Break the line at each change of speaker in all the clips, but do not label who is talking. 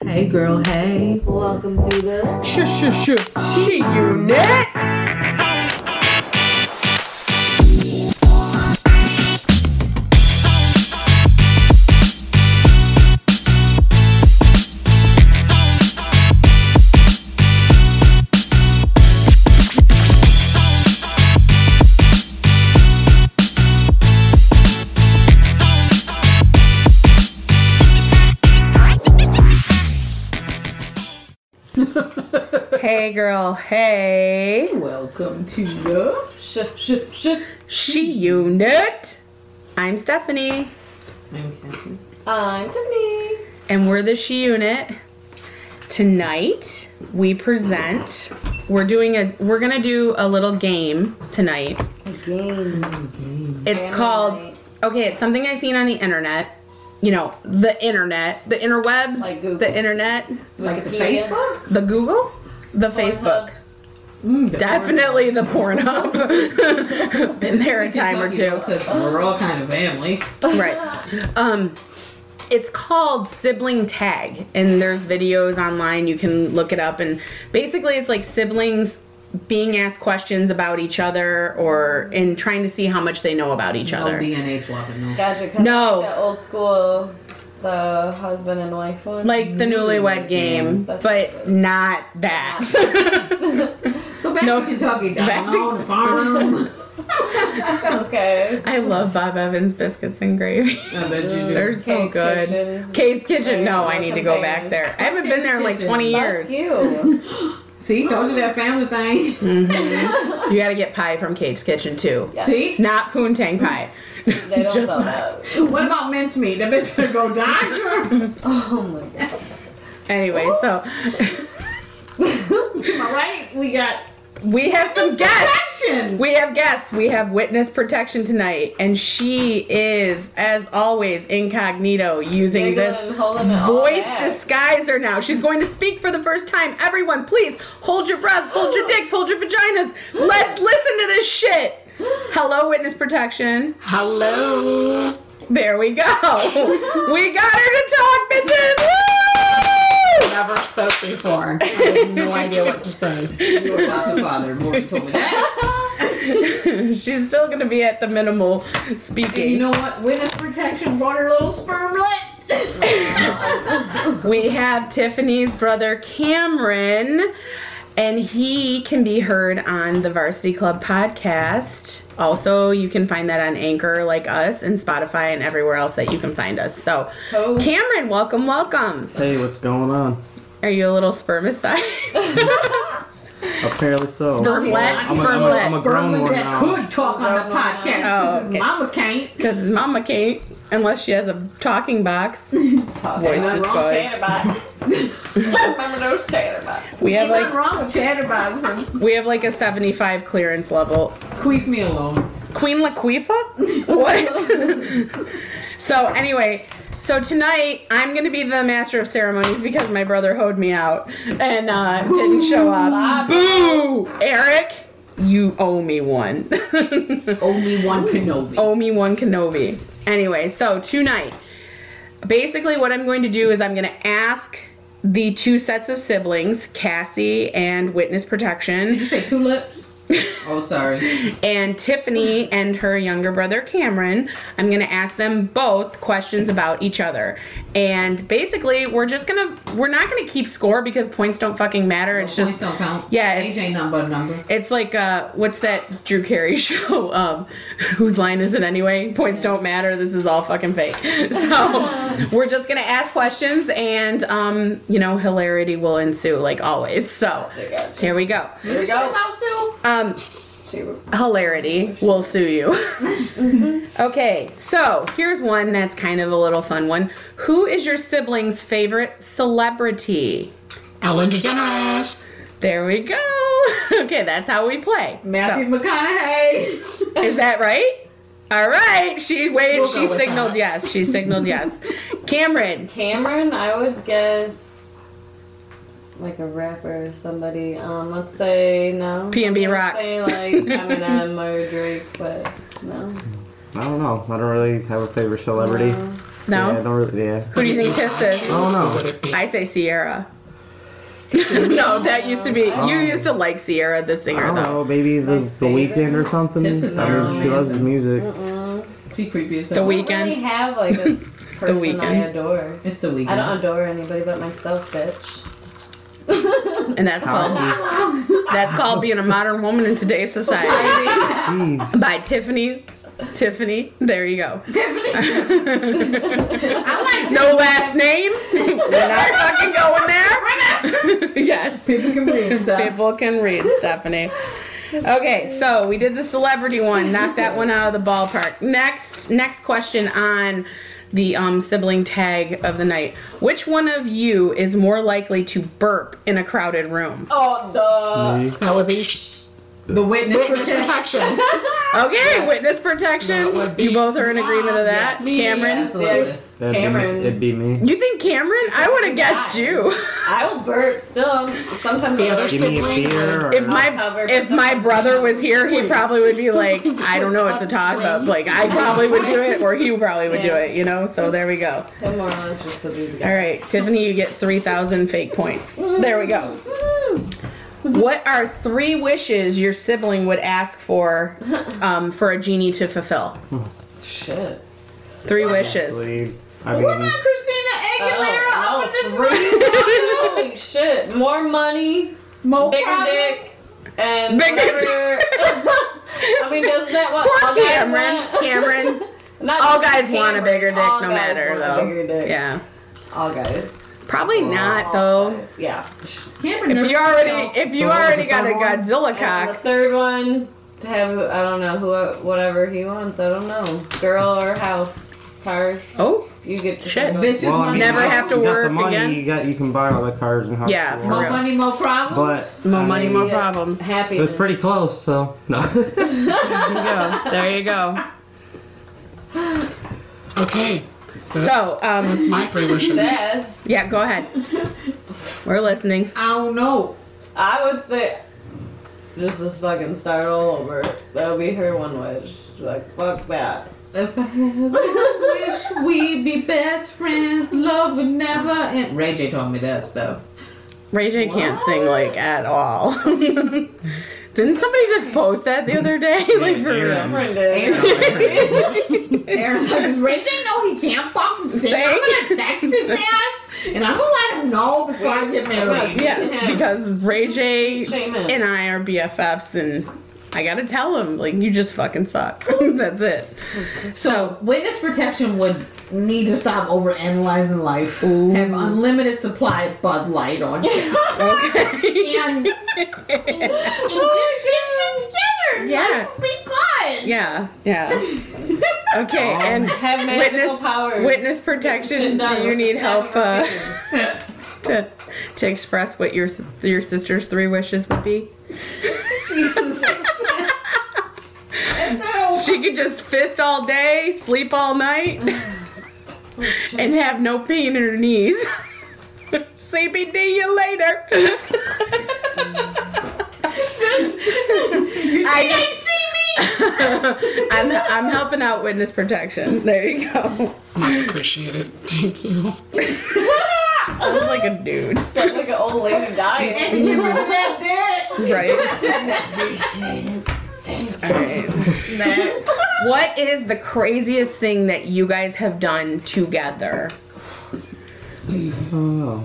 Hey girl, hey.
Welcome to the
Shush, shush, shush. She unit. Hey girl, hey.
Welcome to the sh sh sh.
She unit. I'm Stephanie,
I'm Catherine. I'm Tiffany.
and we're the She unit. Tonight we present. We're doing a. We're gonna do a little game tonight.
A game.
It's called.
night.
Okay, it's something I've seen on the internet. You know, the internet, the interwebs,
Like Google.
the internet,
Like the
Wikipedia.
Facebook?
the Google, the Facebook.
Mm, the
Definitely the Pornhub. Been there a time or two.
Because we're all kind of family.
right um it's called sibling tag and there's videos online you can look it up and basically it's like siblings being asked questions about each other or and trying to see how much they know about each
No
other
DNA swapping, no.
Gotcha. 'cause
No.
it's The old school, the husband and wife one.
like the newlywed game
That's
but not that
So back
No.
to Kentucky,
Back
down
to-
on the farm.
okay.
i love bob evans biscuits and gravy
I bet you do.
they're so
Kate's
good
Kitchen.
kate's kitchen no i need to go back
Welcome,
there i haven't been there in like
Kate's
20
Kitchen.
years
Fuck you.
See, told you that family thing.
you gotta get pie from kate's kitchen too
Yes.
See?
Not poontang pie.
They don't
Just
sell
that.
that.
What about mincemeat? That bitch better go die.
Oh my god.
Anyway, so
to my right, we got
we have some guests.
action.
We have guests. We have witness protection tonight, and she is, as always, incognito using
Giggling
this
and holding it all
voice
back.
disguiser now. She's going to speak for the first time. Everyone, please hold your breath, hold your dicks, hold your vaginas. Let's listen to this shit. Hello, witness protection.
Hello.
There we go. we got her to talk, bitches. Woo!
never spoke before. I have no idea what to say.
You're not the father. Morgan told me that.
She's still gonna be at the minimal speaking.
And you know what? Witness protection brought her little spermlet.
We have Tiffany's brother Cameron, and he can be heard on the Varsity Club podcast. Also, you can find that on Anchor, like us, and Spotify, and everywhere else that you can find us. So,
Oh.
Cameron, welcome, welcome.
Hey, what's going on?
Are you a little spermicide?
Apparently so.
Spermlet,
I'm a- I'm a- I'm a-
spermlet.
grown
Spermlet
one
that
now.
could talk on the podcast because
Oh,
his
okay.
mama can't.
Because mama can't, unless she has a talking box. Voice
Wrong
disguise.
chatterbox. Remember those chatterbox.
We have
Ain't nothing
like
wrong with chatterbox and
we have like a 75 clearance level.
queef me alone.
Queen Laquifa? what? so anyway, so tonight I'm gonna be the master of ceremonies because my brother hoed me out and uh, didn't show up. Boo, Eric, you owe me one.
Only one Kenobi.
owe me one Kenobi. Anyway, so tonight, basically what I'm going to do is I'm going to ask the two sets of siblings, Cassie and Witness Protection,
Did you say two lips? oh, sorry.
and Tiffany and her younger brother Cameron. I'm gonna ask them both questions about each other. And basically, we're just gonna we're not gonna keep score because points don't fucking matter. It's
Points
just
don't count.
yeah,
age
it's-
ain't nothing but a number.
it's like uh, what's that Drew Carey show? Um, whose line is it anyway? Points don't matter. This is all fucking fake. So we're just gonna ask questions, and um, you know, hilarity will ensue like always. So
gotcha.
here we go.
Here we
Say
go.
about Sue?
Uh,
Um,
She was
hilarity will sue you. okay, so here's one that's kind of a little fun one. Who is your sibling's favorite celebrity?
Ellen DeGeneres.
There we go. Okay, that's how we play.
Matthew McConaughey.
So, is that right? All right. She waited.
We'll go
she
with
signaled
that.
yes. She signaled yes. Cameron.
Cameron, I would guess like a rapper or somebody. Um, let's say no.
P&B
Let's
Rock.
Say like Eminem or Drake, but no.
I don't know. I don't really have a favorite celebrity.
No.
No?
Yeah, Oh. I don't really, yeah.
Who do you think Tiff is?
I don't know.
I say Sierra. no, that used to be.
Oh.
You used to like Sierra, the
I
singer,
don't
though.
know. Maybe the, the
favorite.
weekend or something.
Tips is
I mean, she
amazing.
loves his music.
She creepy as
The
I
hell.
don't
weekend.
really have like a s- person I
weekend.
adore.
It's the
I
weekend.
don't adore anybody but myself, bitch.
And that's called
How-
that's called being a modern woman in today's society.
Jeez.
By Tiffany. Tiffany. There you go.
I like
No last name. We're not fucking going there. yes.
People can read stuff.
People can read, Stephanie. Okay, so we did the celebrity one. Knocked that one out of the ballpark. Next, next question on the um, sibling tag of the night. Which one of you is more likely to burp in a crowded room?
Oh, the.
Uh,
That would be sh- the witness, protection.
Okay, witness protection.
That would be-
You both are in agreement of that,
Me,
Cameron.
Absolutely.
That'd be me-
Cameron.
It'd be me.
You think Cameron? I would have guessed you.
I will burp still. Sometimes
The
I'll
other
burp.
Give me a
Sibling.
beer or
If
cover
my
for
if my
someone.
brother was here, he probably would be like, I don't know, it's a toss up. Like I probably would do it, or he probably would do
Yeah.
it. You know. So there we go.
Him or us just to be
All right, Tiffany, you get three thousand fake points. There we go. What are three wishes your sibling would ask for um, for a genie to fulfill?
Shit.
Three wishes.
Sleep. I
What
mean,
about Christina Aguilera
Oh,
up in this
no,
room?
Holy shit. More money,
Mo
bigger
Crowley?
dick, and
Bigger
whatever- I mean, doesn't that what all
Poor
guys
Cameron.
want?
Cameron.
Not
All
just
guys want a
Cameron,
bigger dick,
all
no
guys
matter
want a bigger
though.
dick.
Yeah.
All guys.
Probably not
All
though.
guys, Yeah.
If you already if you
So what was
already
the
got a
third one?
Godzilla
And the
cock,
third one to have I don't know who whatever he wants. I don't know. Girl or house, cars.
oh
You get to
Shit.
pick one.
Bitches
well, I mean,
money.
Never
you
have to
got the
work
money,
again?
You got you can buy all the cars and house.
Yeah,
you
for
want.
More
real.
money, more problems.
But
more money, more
Yeah.
problems. There
it was
Happiness.
pretty close, so no.
you go. There you go.
Okay.
So um
My three wishes.
Yes.
yeah, go ahead. We're listening.
I don't know.
I would say just just fucking start all over. That would be her one wish. She's Like fuck that.
If I wish we'd be best friends, love would never end. Ray J told me that stuff.
Ray J can't sing like at all. Didn't somebody just post that the other day? like for real.
Aaron.
Cameron did.
Aaron's like, "Does Ray J know he can't fucking sing? I'm gonna text his ass and I'm gonna let him know before I get married.
Yes, because Ray J
Shame it.
and I are BFFs and I gotta tell him, like, you just fucking suck. That's it. So,
So witness protection would need to stop overanalyzing life. Have unlimited supply of Bud Light on you.
okay.
and and just get shit together.
Oh, Yeah.
Life will be good.
Yeah, yeah. Okay, and
Have magical
witness
powers.
witness
Shit
protection.
done.
Do you need
Snap
help uh,
your fingers.
to to express what your your sister's three wishes would be?
Jesus. That's how-
She could just fist all day, sleep all night,
Oh,
and have no pain in her knees. CBD you later. I, I'm, I'm helping out witness protection. There you go.
I appreciate it. Thank you.
Sounds like a dude,
Sounds like an old lady dying.
And get rid of that debt.
right? All right. What is the craziest thing that you guys have done together?
Oh,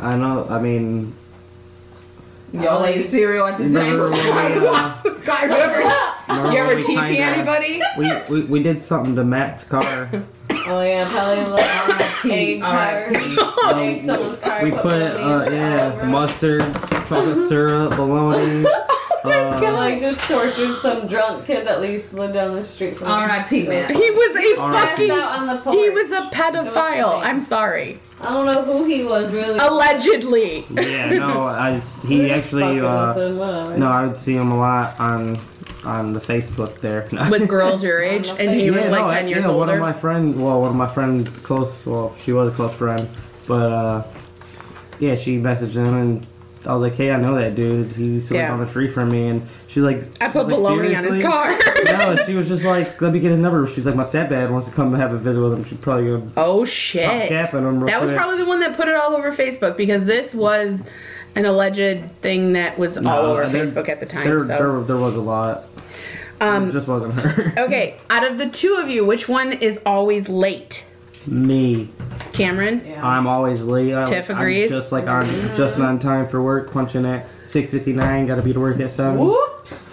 I know. I mean,
Y'all ate cereal at the
remember
table.
when we, uh,
God, remember?
remember
You ever
when we
TP
kinda-
anybody?
We, we we did something to Matt's car.
Oh yeah, probably a little egg car. Egg someone's car.
we put uh,
mayonnaise all
yeah
over.
mustard, chocolate syrup, bologna. uh,
I, like just tortured some drunk kid that least lived down the street from us.
R.I.P.
He
man.
was a
All right.
fucking.
Passed out on the porch.
He was a pedophile.
something.
I'm sorry.
I don't know who he was really.
Allegedly.
yeah, no, I s- he actually uh, no, I would see him a lot on on the Facebook there. No.
With girls your age, and he was like 10 years
yeah, One
older.
of my friends, well, one of my friends, close, well, she was a close friend, but uh, yeah, she messaged him and I was like, hey, I know that dude. He used to live
Yeah.
on the tree from me, and she's like,
I
she
put
was like,
baloney on
"Seriously?"
his car.
no, she was just like, let me get his number. She's like, my stepdad wants to come have a visit with him. She's probably gonna
oh shit!
Pop cap on him real
that was
quick.
probably the one that put it all over Facebook because this was an alleged thing that was all
No,
over
there-
Facebook at the time.
There,
so
there, there was a lot. Um, it just wasn't her.
okay, out of the two of you, which one is always late?
Me,
Cameron.
I'm always late. I,
Tiff
I'm
agrees.
just like I'm just on time for work, punching at 6:59. Got to be to work at seven.
Whoops.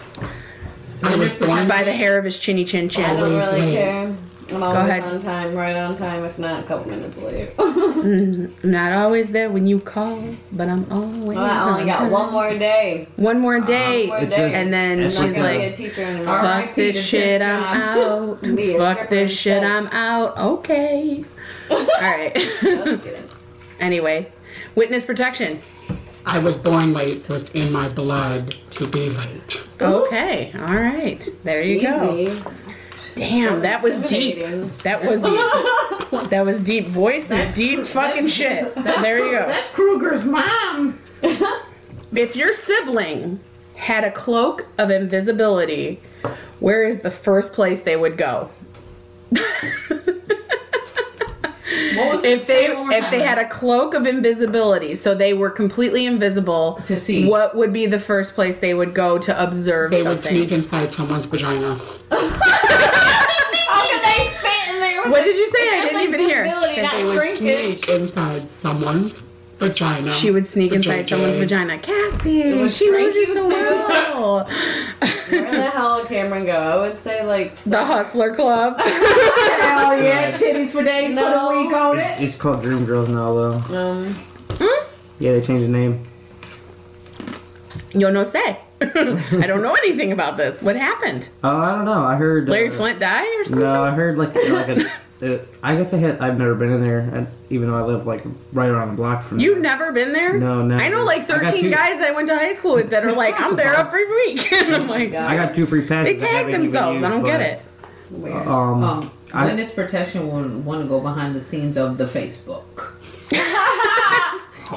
I was born
By the hair of his chinny chin chin.
I don't
Always
really
late.
care. I'm always
ahead.
on time, right on time, if not a couple minutes late.
Not always there when you call, but I'm always.
Well, I only
on
got
time.
one more day.
One more day.
more
It
day.
just-
and then
it's
she's
I'm not
just
gonna
like,
be a teacher anymore.
All
Fuck
right.
this
Peter
shit, I'm
Fitzgerald.
out.
Be a
Fuck
stripper
this shit,
instead.
I'm out. Okay. Alright.
Just kidding.
anyway, witness protection.
I was born late, so it's in my blood to be late.
Okay. Alright. There you go.
Easy.
Damn, that was deep.
Intimidating.
That was deep. That was deep voice and deep fucking shit. There you go.
That's Kruger's mom.
If your sibling had a cloak of invisibility, where is the first place they would go?
What was
if
say
they
it one more
if
time.
they had a cloak of invisibility, so they were completely invisible
To see.
what would be the first place they would go to observe
They would
something.
sneak inside someone's vagina.
How could they fit in there? with
What
the-
did you say?
it's
I
just
didn't
like
even hear.
visibility,
Said
not
They would
shrinkage.
sneak inside someone's vagina.
she would sneak
The
inside
JJ.
someone's vagina. Cassie,
would
she knows you
shrink you
so
too.
well.
Where the hell would Cameron go? I would say like
the Hustler Club.
Hell yeah, titties for days, put a
No.
week on
It's,
it.
it's called Dream Girls now, though.
um
Yeah, they changed the name.
Yo no say. I don't know anything about this. What happened?
Oh, I don't know. I heard
Larry
uh,
Flint die or something?
No, I heard like like a. Uh, I guess I had. I've never been in there, and even though I live like right around the block from.
You've
there.
never been there?
No, never.
I know like
I got
13
you.
guys that I went to high school with that are like, I'm there every week. and I'm like,
God.
I got two free
they
passes. that
tag
haven't even
themselves. I
used,
don't get
but,
it.
weird.
Um,
Um,
I-
witness protection would want to go behind the scenes of the Facebook.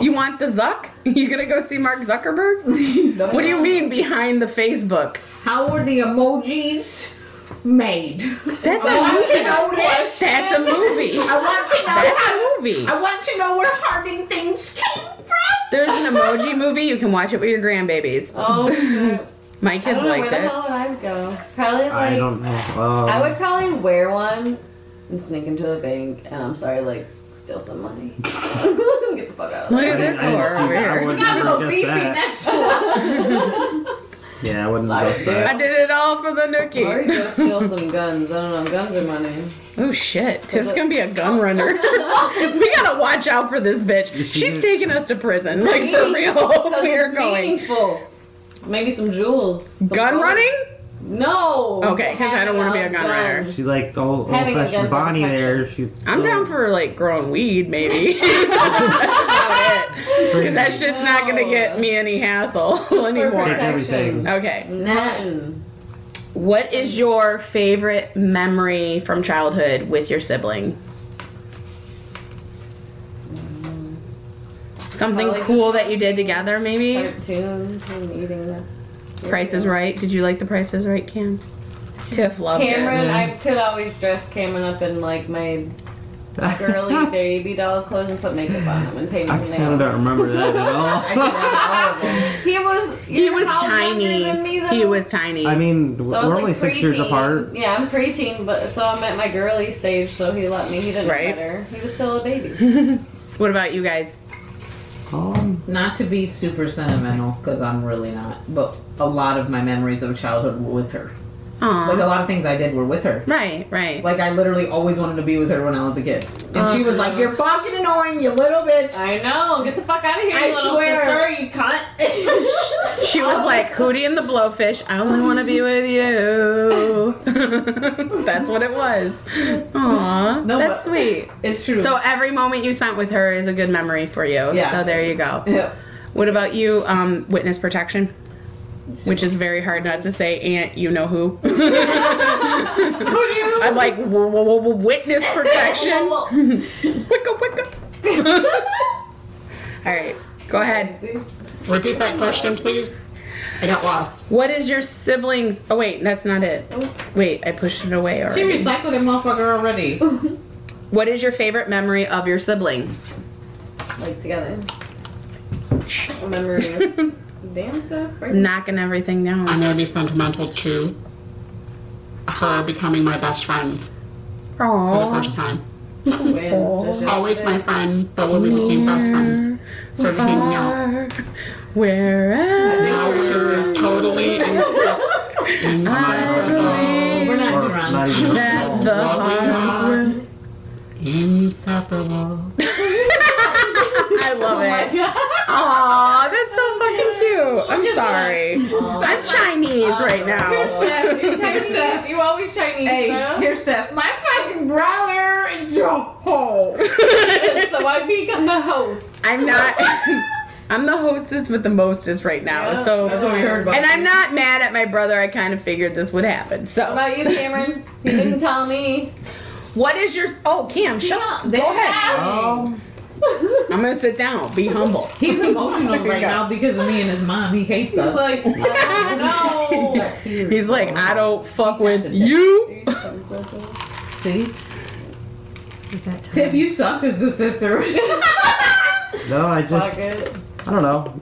You want the Zuck? You gonna go see Mark Zuckerberg? What do you mean behind the Facebook?
How were the emojis made?
That's
Oh,
I want to
a movie.
know this.
That's a movie.
I want to know
That's
how.
a movie.
I want to know where Harding things came from.
There's an emoji movie. You can watch it with your grandbabies.
Oh shit.
My
I
kids
don't know where
liked
the
it.
hell would I go. Probably like
I
I,
don't know. Um,
would probably wear one and sneak into a bank and I'm sorry, like steal some money. Get the fuck out of
Look
there.
at this
I didn't
horror
see- I
over here.
wouldn't
Got a little
guess
beefy
that.
next to us.
Yeah, I wouldn't
Sorry,
guess that.
I did it all for the
Or
nookie.
go steal some guns. I don't know, guns are money.
Oh shit, Tiff's gonna be a gun runner. we gotta watch out for this bitch.
Is she
She's
gonna-
taking us to prison, like for real.
'Cause
We're
it's
going
meaningful. Maybe some jewels. some
gun
gold.
running.
No.
Okay, 'cause I don't wanna be a gun runner.
She like the old, old
Having a gun
fashioned
for
Bonnie
protection.
there. She,
I'm down for like growing weed, maybe. Because that shit's not gonna get me any hassle
Take
anymore.
everything.
Okay.
Next.
What is your favorite memory from childhood with your sibling? Something
Probably
cool that you did together, maybe?
Cartoon and eating that.
Price is Right. Did you like the Price is Right, Cam? Tiff loved it.
Cameron, I could always dress Cameron up in like my girly baby doll clothes and put makeup on him and paint
I
him
kind of don't
nails.
remember that at all.
He was
He was
how younger than
tiny.
me, though?
He was tiny.
I mean,
So I was,
we're
like,
only six years
preteen.
apart.
Yeah, I'm preteen, but so I'm at my girly stage, so he let me. He didn't
Right.
matter. He was still a baby.
what about you guys?
Um,
Not to be super sentimental, because I'm really not, but a lot of my memories of childhood were with her. Like a
Aw.
lot of things I did were with her.
Right, right.
Like I literally always wanted to be with her when I was a kid, and she was like, "You're fucking annoying, you little bitch."
I know. Get the fuck out of here,
I
you little
swear.
sister. You cunt.
She was like Hootie and the Blowfish. I only want to be with you. that's what it was. Aww,
No,
that's
but-
sweet.
It's true.
So every moment you spent with her is a good memory for you.
Yeah.
So there you go.
Yeah.
What about you? Um, witness protection, which is very hard not to say. Aunt, you know who? I'm like "Whoa, whoa, whoa, whoa, witness protection.
Whoa, whoa.
wicka wicka. All right, go ahead.
See?
Repeat that question, please. I got lost.
What is your siblings? Oh wait, that's not it.
Oh.
Wait, I pushed it away
She
already.
recycled that motherfucker already.
What is your favorite memory of your sibling?
like together. Remember damn stuff, right?
Knocking everything
I'm
down.
gonna be sentimental to her becoming my best friend for the
Aww.
first time.
When the shit-
Always my friend, but when we became best friends, sort of
Oh.
hanging out.
Wherever
Now we're totally insep- inseparable.
We're not
uh, Or
drunk.
not even-
that's the heart.
Inseparable.
I
Oh
love it. Aw, that's so fucking cute. I'm sorry. I'm Chinese right
Here's Steph.
now.
You're
Here's Steph.
Chinese. You always Chinese,
Hey,
huh?
here's Steph. My fucking brother is your hole.
so I become the host.
I'm not. I'm the hostess with the mostest right now.
Yeah.
So,
That's what we heard about.
and I'm not mad at my brother. I kind of figured this would happen.
What
So,
about you, Cameron? You didn't tell me.
what is your? Oh, Cam, shut.
Yeah,
Go
they
ahead.
have-
Um,
Oh,
I'm gonna sit down. Be humble.
he's emotional
There you
right
go.
now because of me and his mom. He hates
It's
us.
like, oh, no.
He's like, I don't fuck with you.
See, Tiff, you suck as the sister.
No, I
Fuck
just,
it.
I don't know.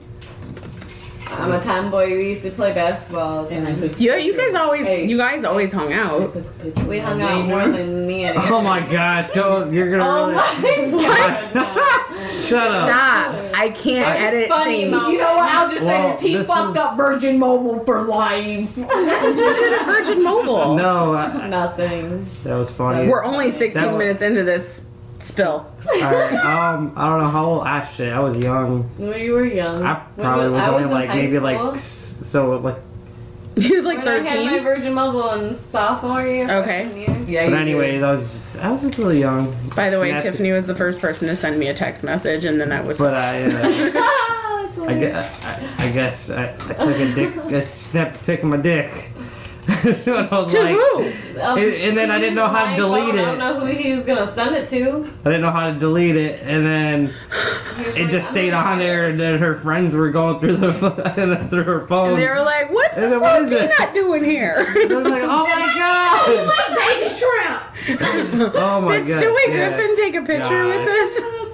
I'm a tomboy. We used to play basketball.
and I just.
Yeah, you guys always,
Hey.
you guys always hung out.
We hung out more than me and
Oh my gosh, don't, you're gonna
Oh
really.
my god.
Shut up.
Stop. I can't
That was
edit
funny,
things.
Mom.
You know what? I'll just
Well,
say this. He
this
fucked
is-
up Virgin Mobile for life.
What did a Virgin Mobile?
No, I,
Nothing.
that was funny.
We're only 16
That was-
minutes into this spill.
Alright, um, I don't know how old. Ah, shit, I was young.
We were young.
I
When
probably was
I
only
in
like
high
maybe like
school,
like so like.
He was like
when I had my
13.
Virgin Mobile in sophomore year.
Okay.
freshman year.
Yeah.
But anyways, I was just, I was just really young.
By the way,
Snapped it.
Tiffany was the first person to send me a text message, and then I was.
But I, uh,
Ah, that's
I, gue-
hilarious.
I, I guess I, I took a dick, I snapped a pic of my dick. and I was
to
like,
who?
Um,
and- and then I didn't know how to
my
delete
phone, I
it.
don't know who he was gonna send it to.
I didn't know how to delete it, and then
He was
it
like, oh,
just
I'm
stayed
gonna try
on there. And
this.
then her friends were going through the through her phone.
And they were like, "What's
And
this
then what
little
is it?
peanut doing
They
here?"
were like, oh
Look,
my
baby shrimp.
god! Oh my
Did
god!
Stewie
yeah.
Griffin take a picture
God.
with
That's hilarious.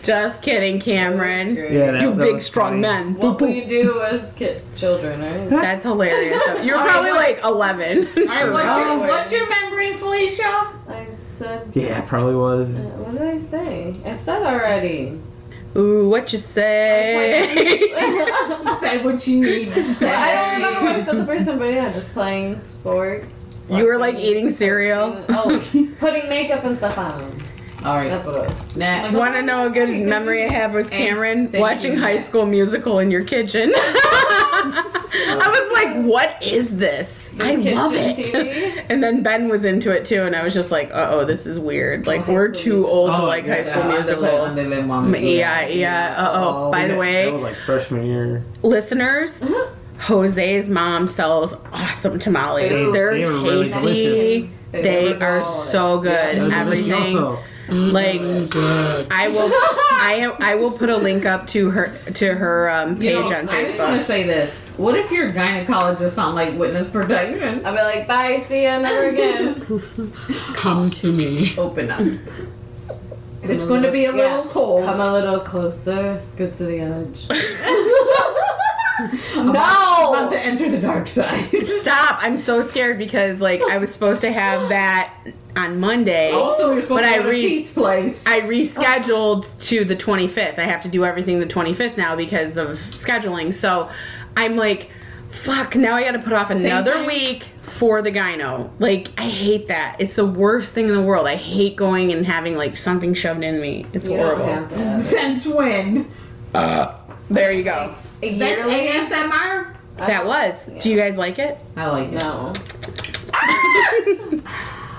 us? Just kidding, Cameron.
Yeah, that,
You
that
big
was
strong
funny.
man.
What we do as kid, children, right?
That's hilarious. though. You're probably like 11.
All right, what's your,
Oh.
what's your membrane, Felicia?
I said.
Yeah, probably was.
uh, What did I say? I said already.
Ooh, what you say?
I
Say what you need to say.
don't remember what I said the first time, but yeah, just playing sports.
you were like
watching-
eating cereal.
Oh, putting makeup and stuff on.
All right.
That's what it was.
Next.
Want to know a good memory I have with Cameron?
thank you.
Watching High School Musical in your kitchen. I was like, what is this? I
Kitchen
love it.
TV.
And then Ben was into it too, and I was just like, uh oh, this is weird. Like,
High
we're
School
too old to
Oh,
like High
yeah,
School Musical. Yeah, yeah, uh oh. By the
that
way,
was Mm-hmm. like freshman year.
listeners, Jose's mom sells awesome tamales.
Ooh.
They're
They were really
tasty. They are so good.
That was
Everything.
also-
Like,
Good.
I will I I will put a link up to her to her um, page
You know,
on
I just want to
Facebook.
say this. What if you're a gynecologist on like witness protection?
I'll be like, bye, see ya, never again.
Come to me.
Open up. It's going to be a
Yeah.
little cold.
Come a little closer, scoot to the edge. no!
About to enter the dark side.
Stop! I'm so scared because like I was supposed to have that on Monday.
Oh,
also, you're supposed
But
to
I
go to
re-
Pete's place.
I rescheduled to the 25th. I have to do everything the 25th now because of scheduling. So I'm like, fuck, now I gotta put off another
time.
week for the gyno. Like, I hate that. It's the worst thing in the world. I hate going and having like something shoved in me. It's
You don't
horrible.
have to have
Since when?
There you go.
it.
That's
Yearly?
ASMR.
That was. Do you guys like it?
I like that.
No.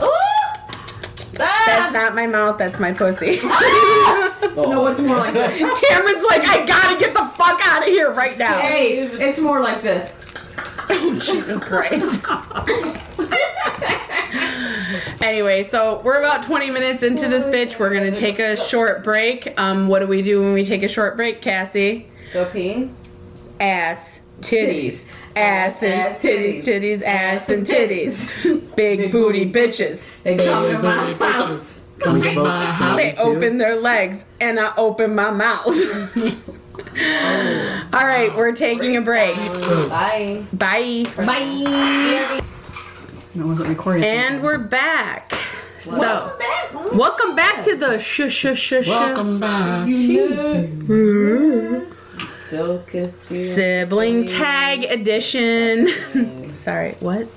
Oh! Ah!
That's not my mouth, that's my pussy.
No, it's more like this.
Cameron's like, I gotta get the fuck out of here right now.
Hey, it's more like this.
Jesus Christ. Anyway, so we're about 20 minutes into this bitch. We're gonna take a short break. Um, what do we do when we take a short break, Cassie?
Go pee.
Ass, titties, ass and titties, titties, ass and titties. Big booty bitches.
They come
Baby
to my
booty
house.
bitches. Come to my house.
They open their legs and I open my mouth. All right, we're taking a break.
Bye.
Bye.
Bye.
It wasn't recorded.
And we're back. So,
Welcome back. Oh,
welcome back to the shush shush shush.
Welcome back.
Still kiss you.
Sibling tag edition. Sorry, what?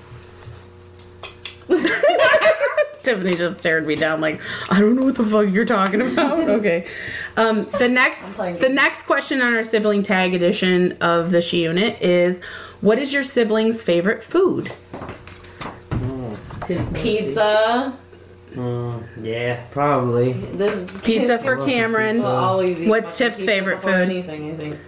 Tiffany just stared me down like, I don't know what the fuck you're talking about. Okay. Um, the next
playing
the next question on our sibling tag edition of the She Unit is what is your sibling's favorite food?
Pizza.
Mm, yeah, probably.
This
Pizza for
Well,
Cameron.
all easy.
What's
Fucking
Tiff's
pizza
favorite
before
food?
Anything, I think.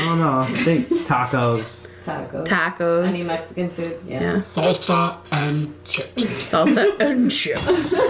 I don't know. I think tacos.
Tacos. Any
Tacos,
Mexican food? Yeah.
Yeah.
Salsa and chips.
salsa, and chips.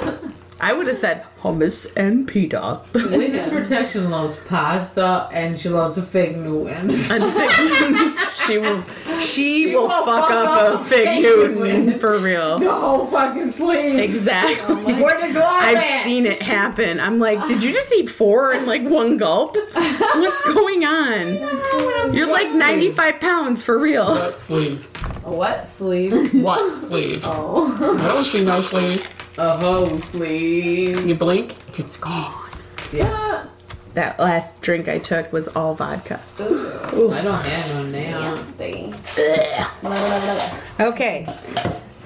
I would have said hummus and pita.
Witness protection loves pasta and she loves a fake Newton.
she will she, will,
will
fuck,
fuck
up
up
a
a
fig
fig
Newton
Newton.
for real.
The whole fucking sleeve.
Exactly.
Where to go?
I've seen it happen. I'm like, did you just eat four in like one gulp? What's going on? You're like 95 pounds for real.
What sleeve?
A wet sleeve.
What sleeve?
oh.
I don't see no sleeve.
a whole sleeve.
You blink, it's gone.
Yeah.
That last drink I took was all vodka.
I don't have one now.
Nasty.
Okay.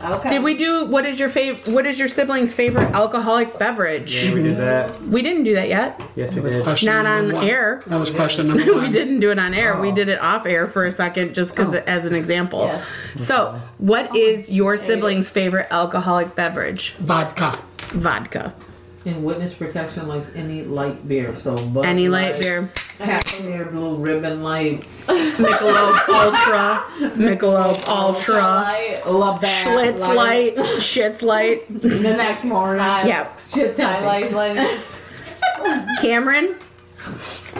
Okay.
Did we do what is your favorite? What is your sibling's favorite alcoholic beverage?
Yeah, we did that.
We didn't do that yet.
Yes, we
That was
did.
question
Not
number
on
one.
air.
That was question number one.
we didn't do it on air. We did it off air for a second just because as an example.
Yes.
So, what is your sibling's favorite alcoholic beverage?
Vodka.
Vodka.
And witness protection likes any light beer, so Bud
Any light beer.
Happy Beer, Blue Ribbon Light,
Michelob Ultra. Michelob Ultra.
Light.
Labatt
Schlitz Light. Shits Light.
The next morning,
I-
Yeah.
shit
I
time.
like like
Cameron,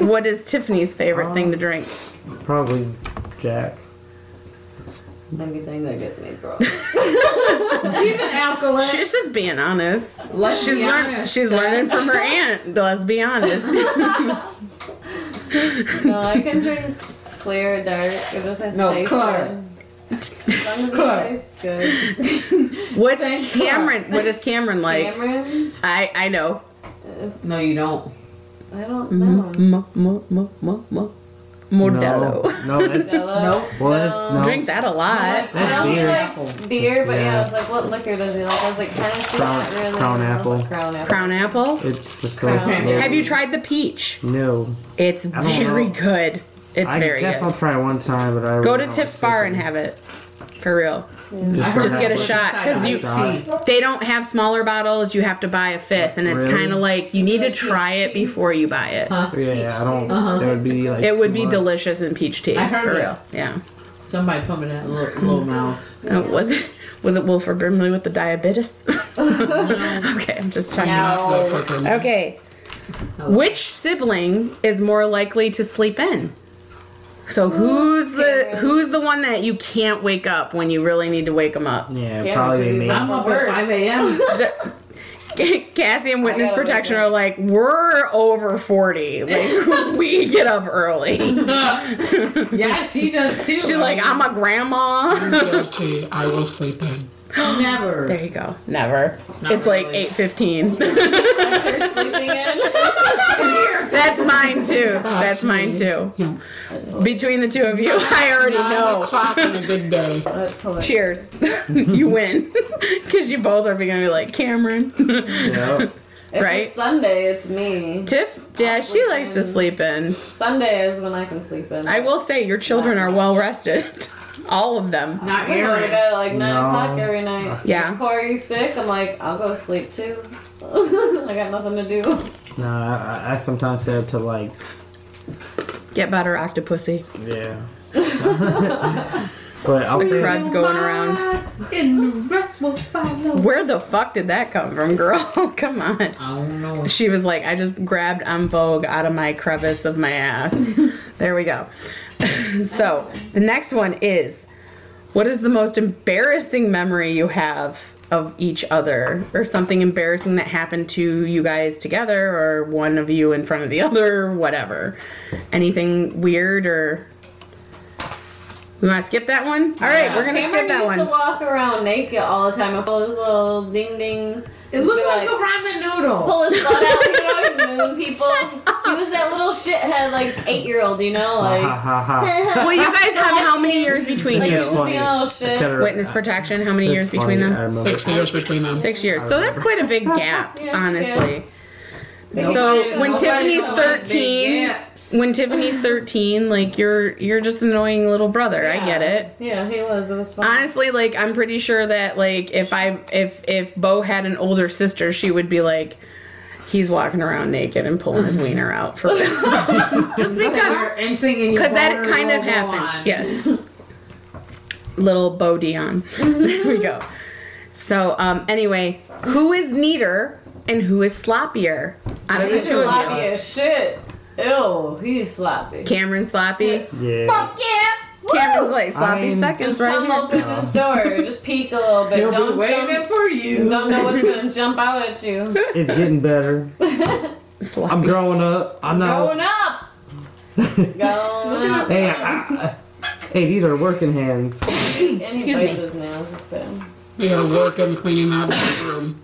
what is Tiffany's favorite thing to drink?
Probably Jack.
anything that gets me drunk.
She's an alcoholic.
She's just being honest.
Let's
She's
Oh. be
learn-
honest.
she's learning from her aunt. Let's be honest.
No, I can drink clear, dark. It just has
No,
to taste
clear.
good. As long as it
Clear.
tastes good.
What's
Thank God.
Cameron? What is Cameron like?
Cameron,
I I know.
No, you don't.
I don't know.
M- m- m- m- m- Modelo.
No, no that,
Modelo?
Nope.
What?
No.
No.
Drink that a lot.
I
That's
know he
beer.
likes beer, but yeah.
Yeah.
I was like, what liquor does he like? I was like, Tennessee,
Crown-
not really.
Crown apple.
Crown apple.
Crown apple.
it's just so
Crown.
slow.
Have you tried the peach?
No.
It's
don't
very
know.
good. It's
I
very
guess
good.
I'll try one time, but I
Go
really
to
don't
Tips
like
Bar
it.
and have it. For real.
I heard
Just
that
get a
was
shot, 'cause
side
you-
eye tea.
They don't have smaller bottles. You have to buy a fifth, and it's
Really?
kind of like you need to try it before you buy it.
Yeah, I don't.
Uh-huh.
That would be like.
It would
too
be
much.
delicious in peach tea.
I heard
For
it.
real. Yeah.
Somebody put me that little, little mouth.
Uh, was it was it Wilford Brimley with the diabetes? okay, I'm just talking. about-
No.
Oh. Okay. Which sibling is more likely to sleep in? So who's the who's the one that you can't wake up when you really need to wake them up?
Yeah,
Yeah,
probably
because
me.
he's
I'm up at 5 a.m.
Cassie and Witness
I gotta wake
Protection are like, we're over 40. Like we get up early.
yeah, she does too.
She's like, I'm a grandma.
Guilty. I will sleep in.
never.
There you go. Never.
Not
it's like
really.
8:15.
You're sleeping in?
That's mine too. That's mine too.
Yeah.
Between the two of you, I already
Nine
know.
o'clock on a good day.
That's hilarious.
Cheers. you win. Because you both are going to be like, Cameron.
Yep.
If
Right?
it's Sunday, it's me.
Tiff, yeah, she likes to sleep in.
Sunday is when I can sleep in.
I will say, your children are well rested. All of them.
Not
We go to
Aaron.
bed at like 9
No.
o'clock every night.
Yeah.
Corey's sick. I'm like, I'll go sleep too. I got nothing to do.
No, I, I- I sometimes say it to like.
Get better, octopusy.
Yeah. But I'll
The
say
crud's going around.
And the rest will follow.
Where the fuck did that come from, girl? Come on.
I don't know.
She was like, I just grabbed on Vogue out of my crevice of my ass. there we go. so the next one is what is the most embarrassing memory you have of each other or something embarrassing that happened to you guys together or one of you in front of the other, whatever? Anything weird or. We want to skip that one? All right, we're going to skip
Cameron
that
used
one.
to walk around naked all the time and pull his little ding ding.
It looked
Be
like
like-
a ramen noodle.
Pull his butt out. He would always moon people. He was that little shithead, like eight year old, you know,
Ha
like.
ha ha ha.
Well, you guys have how many years between
Like,
Yeah,
you
it's
just
you?
funny.
being a little
I cut
shit.
her-
Witness protection, how many
It's
years between
funny, I
them?
remember.
Six years between them.
Six years. So that's quite a big gap,
Yeah, it's
honestly.
Nope.
So when
Nobody's
Tiffany's
gonna like
thirteen, when Tiffany's thirteen, like you're you're just an annoying little brother. I get it.
Yeah, he was. It was fun.
Honestly, like I'm pretty sure that like if I if if Bo had an older sister, she would be like, he's walking around naked and pulling his wiener out for just because
and singing
because that kind of happens. Yes. Little Bo Dion. there we go. So, um, anyway, who is neater and who is sloppier out of the
He's
two of
sloppy
you?
as shit. Ew, he's sloppy.
Cameron sloppy.
Yeah.
Fuck yeah!
Cameron's like sloppy
I'm-
seconds
Just
right
come
here.
open this door. Just peek a little bit.
They'll be
Don't
waiting
jump.
for you.
Don't know what's gonna jump out at you.
It's getting better.
Sloppy.
I'm growing up. I
Going
know.
up. Going up.
Hey, I, I, hey, these are working hands.
Any
Excuse me.
places now. It's bad.
They are working cleaning out the room.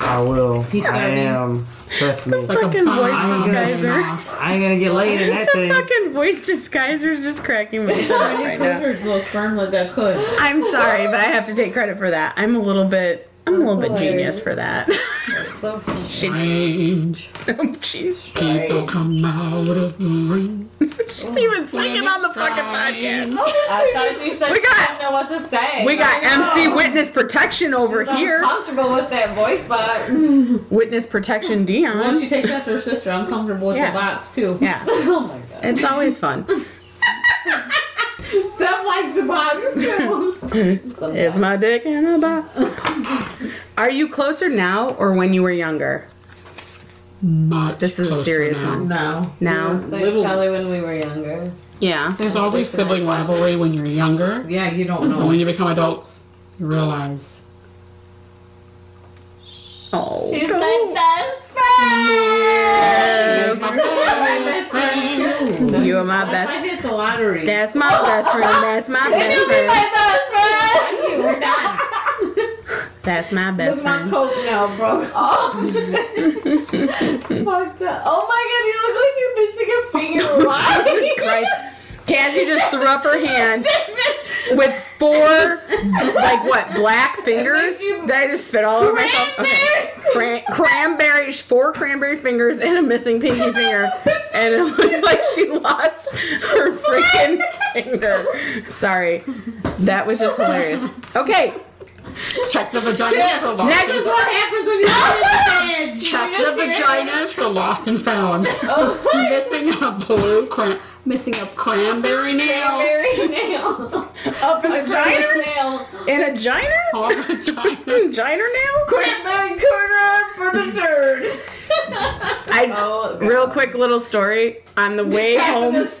I will.
He's
I
starting.
am. Trust me.
Like a
Fucking voice
bomb going
disguiser.
off.
I ain't gonna get laid in that thing.
Fucking voice disguiser is just cracking my shit up right now.
little sperm like that could.
I'm sorry, but I have to take credit for that. I'm a little bit. I'm a little bit
That's
genius
hilarious.
for that.
So funny.
Strange
oh, jeez.
people come out of the room.
Oh,
She's even singing on the fucking podcast.
I thought she said
We
we
got-
got, she didn't know what to say.
We got MC
No.
Witness Protection over
I'm
here.
comfortable with that voice box.
Witness Protection Dion.
she takes that to her sister, I'm comfortable with
Yeah.
the box too.
Yeah,
oh my god.
it's always fun.
Seth likes the box too.
It's my dick in a box. Are you closer now or when you were younger?
Much
This is a
closer
serious
now.
one.
no.
Now?
It's like probably when we were younger.
Yeah.
There's always sibling rivalry when you're younger,
Yeah, you don't
but
know.
when you become adults, you realize.
Oh.
She's
no.
my best friend.
Here's my best friend.
You are my
That's I
best.
did the lottery.
That's my best friend. That's my best
You'll be
friend.
my best friend.
Thank you, we're done.
That's my
That's
best
my
friend.
coat now, bro.
Oh shit. it's fucked up. Oh my god, you look like you're missing a finger. Why?
Jesus Christ. Cassie just threw up her hand with four, like what, black fingers? Did I just spit all over myself? Okay. Cran- cranberry, four cranberry fingers and a missing pinky finger. And it looked like she lost her freaking finger. Sorry. That was just hilarious. Okay,
Check the vaginas for lost.
next.
What happens when you sit in the bed?
Check the vaginas for lost and found. missing a blue cran, missing a cranberry nail.
Very nail.
Up in a
Very
giner?
nail.
In a giner? Hmm,
All vagina.
Giner nail?
Cranberry corner for the third.
I,
Oh, God.
Real quick little story. On the way home,
Home.
it's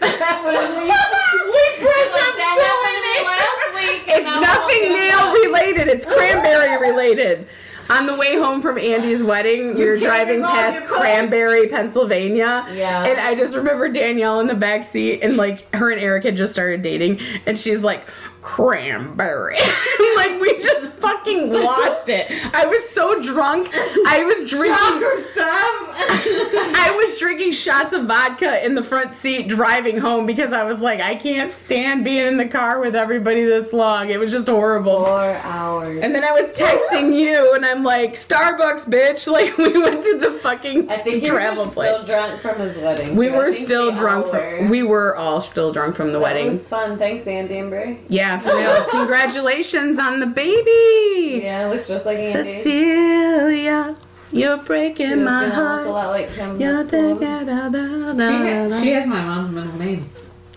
we press
Like
up
that happened to me last week. and now
nothing nail related. It's cranberry related. On the way home from Andy's wedding, we were
can't
driving
involve
past
your clothes.
Cranberry, Pennsylvania.
Yeah.
And I just remember Danielle in the back seat, and like her and Eric had just started dating, and she's like, Cranberry. like we just fucking lost it. I was so drunk. I was drinking
Soccer stuff.
I was drinking shots of vodka in the front seat driving home because I was like, I can't stand being in the car with everybody this long. It was just horrible.
Four hours.
And then I was texting you, and I'm like, Starbucks, bitch! Like we went to the fucking
I think you
travel
were
place.
still drunk from his wedding.
we
too. I
were
think
still
they
drunk.
all
From, we were all still drunk from the
That
wedding.
was fun. Thanks, Andy and Bray.
yeah, for real. Congratulations on the baby,
Yeah, it looks just like Andy.
Cecilia. You're breaking
She was
my
gonna look a
heart.
lot like him.
You're
That's cool.
da- da- da- da-
She, ha-
da-
she has my mom's middle name.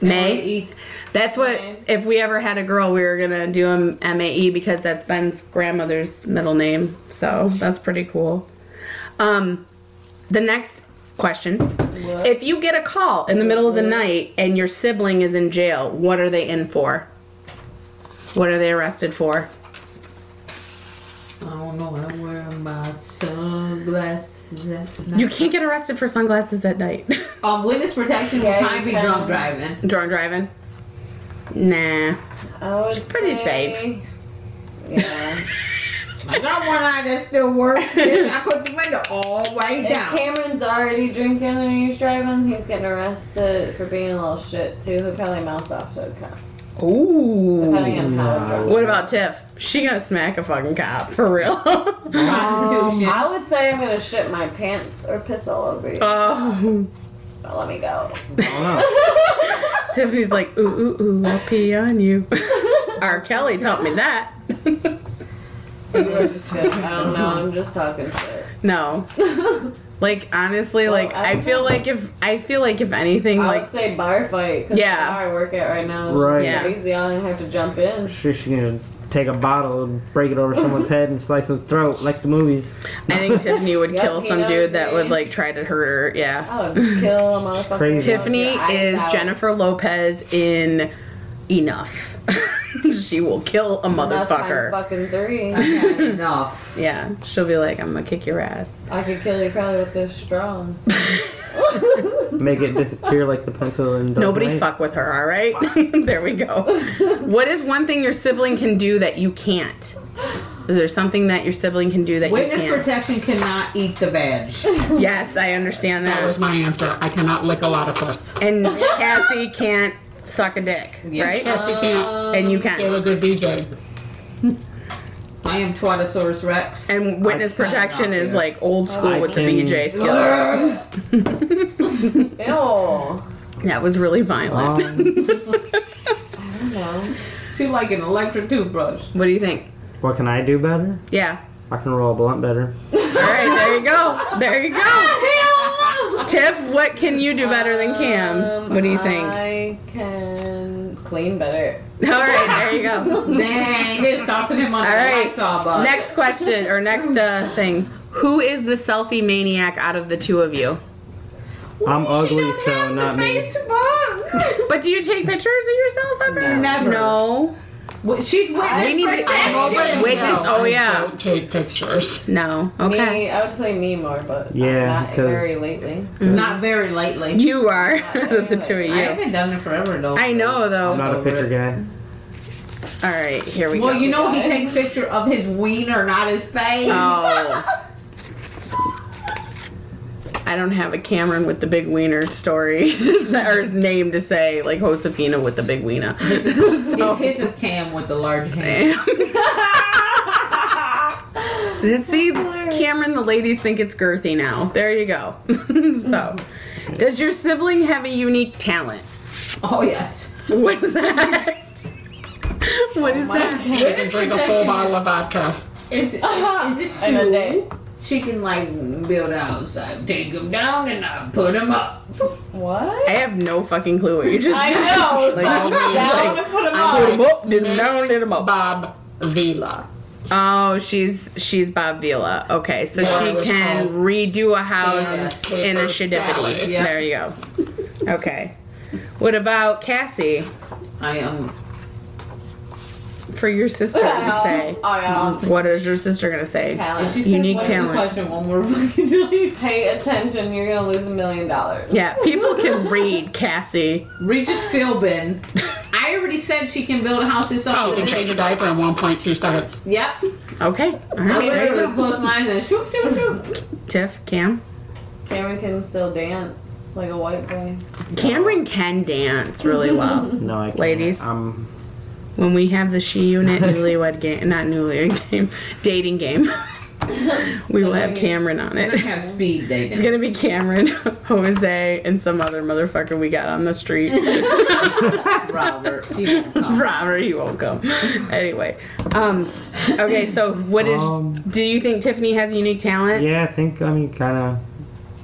E
May.
Eat.
That's what,
May.
if we ever had a girl, we were gonna do him MAE E because that's Ben's grandmother's middle name. So that's pretty cool. Um, the next question If you get a call in the middle of the night and your sibling is in jail, what are they in for? What are they arrested for?
I don't know. I'm wearing my sunglasses. That's not-
You can't get arrested for sunglasses at night.
um, witness protection
Yeah,
will kind
you
be
can.
drunk driving.
Drunk driving? Nah.
I would
She's pretty
say-
safe.
Yeah.
I got one eye that still works. and I put the window all the way
if
down.
Cameron's already drinking and he's driving, he's getting arrested for being a little shit too. He'll probably mouth off to a cop, depending
Ooh.
on how drunk.
What about Tiff? She gonna smack a fucking cop for real.
Prostitution.
Um,
I would say I'm gonna shit my pants or piss all over you.
oh,
but let me go.
Tiffany's like, ooh, ooh, ooh, I'll pee on you. R. Kelly taught me that.
You were just shit. I don't know. I'm just talking shit.
no, like honestly,
Well,
like
I
I feel like if I feel like if anything,
I
like
would say bar fight. 'cause
Yeah.
The bar I work at right now is
Right.
just crazy. I don't have to jump in.
Sure, she's gonna take a bottle and break it over someone's head and slice his throat like the movies.
I think Tiffany would
Yep,
kill
he
some
knows
dude that
me.
would like try to hurt her. Yeah.
I would kill a motherfucker.
Crazy.
with
Tiffany
your eyes
is
out.
Jennifer Lopez in Enough. she will kill a
Enough times
motherfucker.
Fucking three.
Okay, enough.
Yeah, she'll be like, I'm gonna kick your ass.
I could kill you probably with this straw.
Make it disappear like the pencil and
Nobody fuck with her, all right? there we go. what is one thing your sibling can do that you can't? Is there something that your sibling can do that
Witness
you can't?
protection cannot eat the veg.
yes, I understand
That
that.
was my answer. I cannot lick a platypus.
and Cassie can't suck a dick,
Yeah.
right?
Yes, you can't.
and you
You're
can.
a good DJ.
I am Twatosaurus Rex.
And witness
I cannot
protection is
do it.
like old school
I
with
can-
the BJ skills.
Ugh.
Ew. I
That was really violent.
Um,
don't know.
she like an electric toothbrush.
what do you think?
what can I do better?
Yeah.
I can roll a blunt better.
All right, there you go. There you go. Tiff, what can you do better than Cam? What do you think? All
I can clean better.
right, there you go.
Dang, they're tossing him on
All
the
right.
Lysol bug.
Next question or next uh, thing. Who is the selfie maniac out of the two of you?
I'm
She
ugly,
don't have
so
the
not me.
Facebook.
But do you take pictures of yourself ever?
Never.
No.
Wait, She's witness
We need to-
protection.
over Witness-
No,
oh,
I
yeah.
Don't take pictures.
No. Okay.
Me, I would say me more, but
Yeah,
not
'cause-
very lately.
Not very lately.
You are the two of
I
you.
haven't done it forever though.
I know
I'm
though.
not a picture guy.
All right, here we go.
Well, you know he takes picture of his wiener, not his face.
Oh. I don't have a Cameron with the big wiener story to say- or name to say like Josefina with the big wiener.
His, his is Cam with the large hand.
See, Cameron, the ladies think it's girthy now. There you go. so, does your sibling have a unique talent?
Oh yes.
What's that? What is that?
She can drink a full bottle of vodka.
It's it's just
In a day.
She can like build a house. I take him down and I put him up.
What?
I have no fucking clue what you just
I
said.
know. it's
Like,
all
like,
down to put 'em
I
on.
Put 'em up, did 'em
Miss
down, did 'em up.
Bob Vila.
Oh, she's she's Bob Vila. Okay, so
Yeah, it
she
was
can
called
redo a house
Sam's
in a
Paper
shedipity.
Salad.
Yeah.
There you go. Okay. What about Cassie
I am
for your sister to
Well,
say?
Oh, yeah.
What is your sister gonna say?
Talent.
She says,
Unique
"What is the
talent.
Question one more fucking time.
Pay attention, you're gonna lose a million dollars.
Yeah, people can read Cassie.
Regis Philbin. I already said she can build a house in
Oh, you
something.
can change a diaper in 1.2 seconds.
Yep.
Okay. All
I
right. There you
literally
go.
closed my eyes and shoop shoop shoop.
Tiff, Cam,
Cameron can still dance like a white boy.
Cameron can dance really well.
No, I can't. Um,
Ladies.
I'm
When we have the she unit newlywed game, not newlywed game, dating game, we will have Cameron on
We're gonna
it.
have speed dating.
It's gonna be Cameron, Jose, and some other motherfucker we got on the street.
Robert. He won't come.
Robert, he won't come. Anyway, um, okay. So, what is?
Um,
do you think Tiffany has unique talent?
Yeah, I think I mean kind of.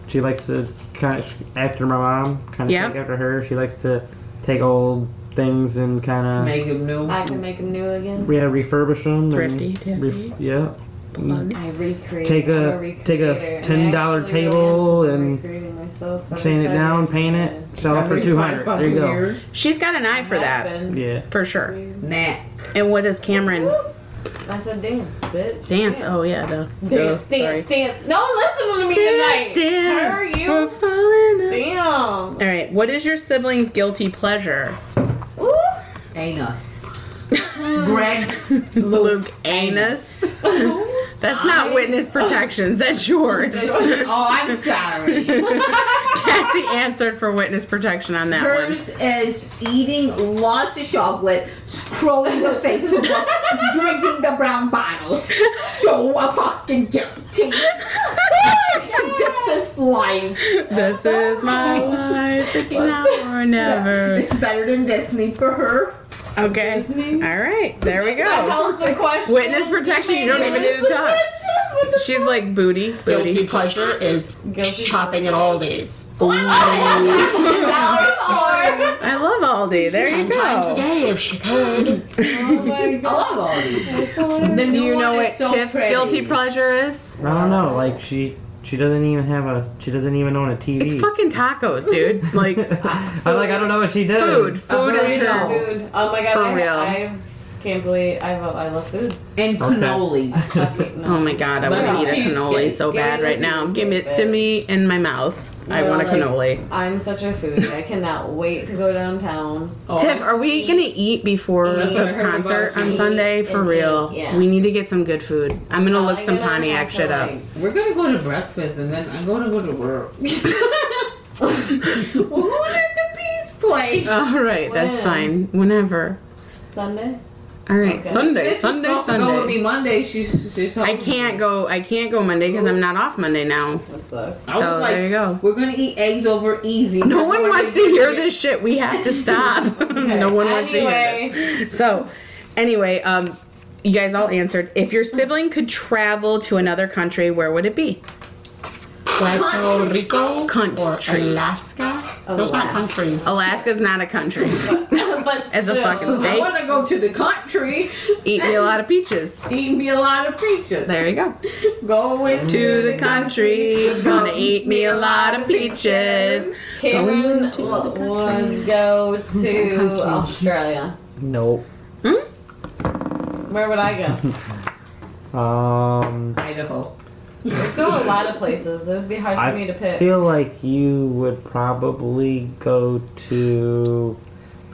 She likes to kind of after my mom, kind of
Yeah.
take after her. She likes to take old things and kind
Make him new.
I can make them new again.
of yeah refurbish them.
Thrifty,
And
thrifty.
yeah.
I recreate.
Take a-
I'm
take a
recreator, and I
$10
actually really
table
am
and
recreating myself by
Sand it
the time
down,
I
paint
do
it, sell it for
Every
two
five
hundred. There
fucking
you go.
years.
She's got an eye for that,
Happen.
Yeah.
for sure.
Nah.
And what does Cameron
I said dance, bitch.
dance? Oh yeah, the
Dance,
sorry.
dance, dance. No one listening to me
Dance,
tonight. How
dance.
are
We're
you?
falling.
Damn.
All right. What is your sibling's guilty pleasure?
Woo.
Anus. Greg.
Luke anus. That's not witness protections. That's yours.
oh, I'm sorry.
Cassie answered for witness protection on that one.
Hers is eating lots of chocolate, scrolling the Facebook, drinking the brown bottles. So a fucking guilty. this is life.
This is my life. It's now or never.
It's better than Disney for her.
Okay. All right. There we
The
go.
hell's the question?
Witness protection. You don't even need to talk. She's like booty,
Guilty
booty.
pleasure is
Guilty.
shopping at Aldi's.
Dollar
I love Aldi. There you
Ten times a
go.
day if she could.
Oh my
I
god.
love all these.
That's
Do you know
one
what
is so
Tiff's
pretty.
guilty pleasure is?
I don't know. Like she, she doesn't even have a. She doesn't even own a TV.
It's fucking tacos, dude. Like
I'm like I don't know what she does.
food. Food is
burrito.
her.
Food. Oh my god.
For
I,
real.
I can't believe I love, I love food.
And
Okay.
cannolis.
Okay, no.
Oh my god, I want
Wow.
to eat a cannoli
Cheesecake.
so
Give me
bad
the
right now. Give it to
cheesecake.
me in my mouth. I want a
Really?
cannoli.
I'm such a foodie. I cannot wait to go downtown.
Oh,
Tiff, are we gonna eat before
That's what I
the
heard about
concert
you.
on Sunday? For
And eat,
real,
yeah.
we need to get some good food. I'm gonna look
I'm
some
gonna
Pontiac
have to,
shit up.
like-
We're gonna go to breakfast and then I'm gonna go to work. well, who did the peace play?
All right, that's
When?
fine. Whenever.
Sunday?
All right,
Okay.
Sunday,
This bitch is
Sunday,
supposed to go with
Sunday.
me Monday. She's, she's
I can't go. I can't go Monday because I'm not off Monday now.
That sucks.
I was
So
like,
there you go.
We're gonna eat eggs over easy.
No
We're
one
going
wants to hear this shit. We have to stop. no one wants
anyway.
to hear this. So, anyway, um, you guys all answered. If your sibling could travel to another country, where would it be?
Puerto Rico
Country. Oh.
or Alaska. Those aren't countries.
Alaska's not a country.
but
It's a
still.
fucking
I
state.
want to go to the country,
Eat me a lot of peaches.
eat me a lot of peaches.
There you go.
Going
To the country, gonna eat me a lot of peaches.
Cameron
Going to
w- would go to Australia.
Nope.
Hmm?
Where would I go?
Um,
Idaho.
go a lot of places. It would be hard for
I
me to pick.
feel like you would probably go to.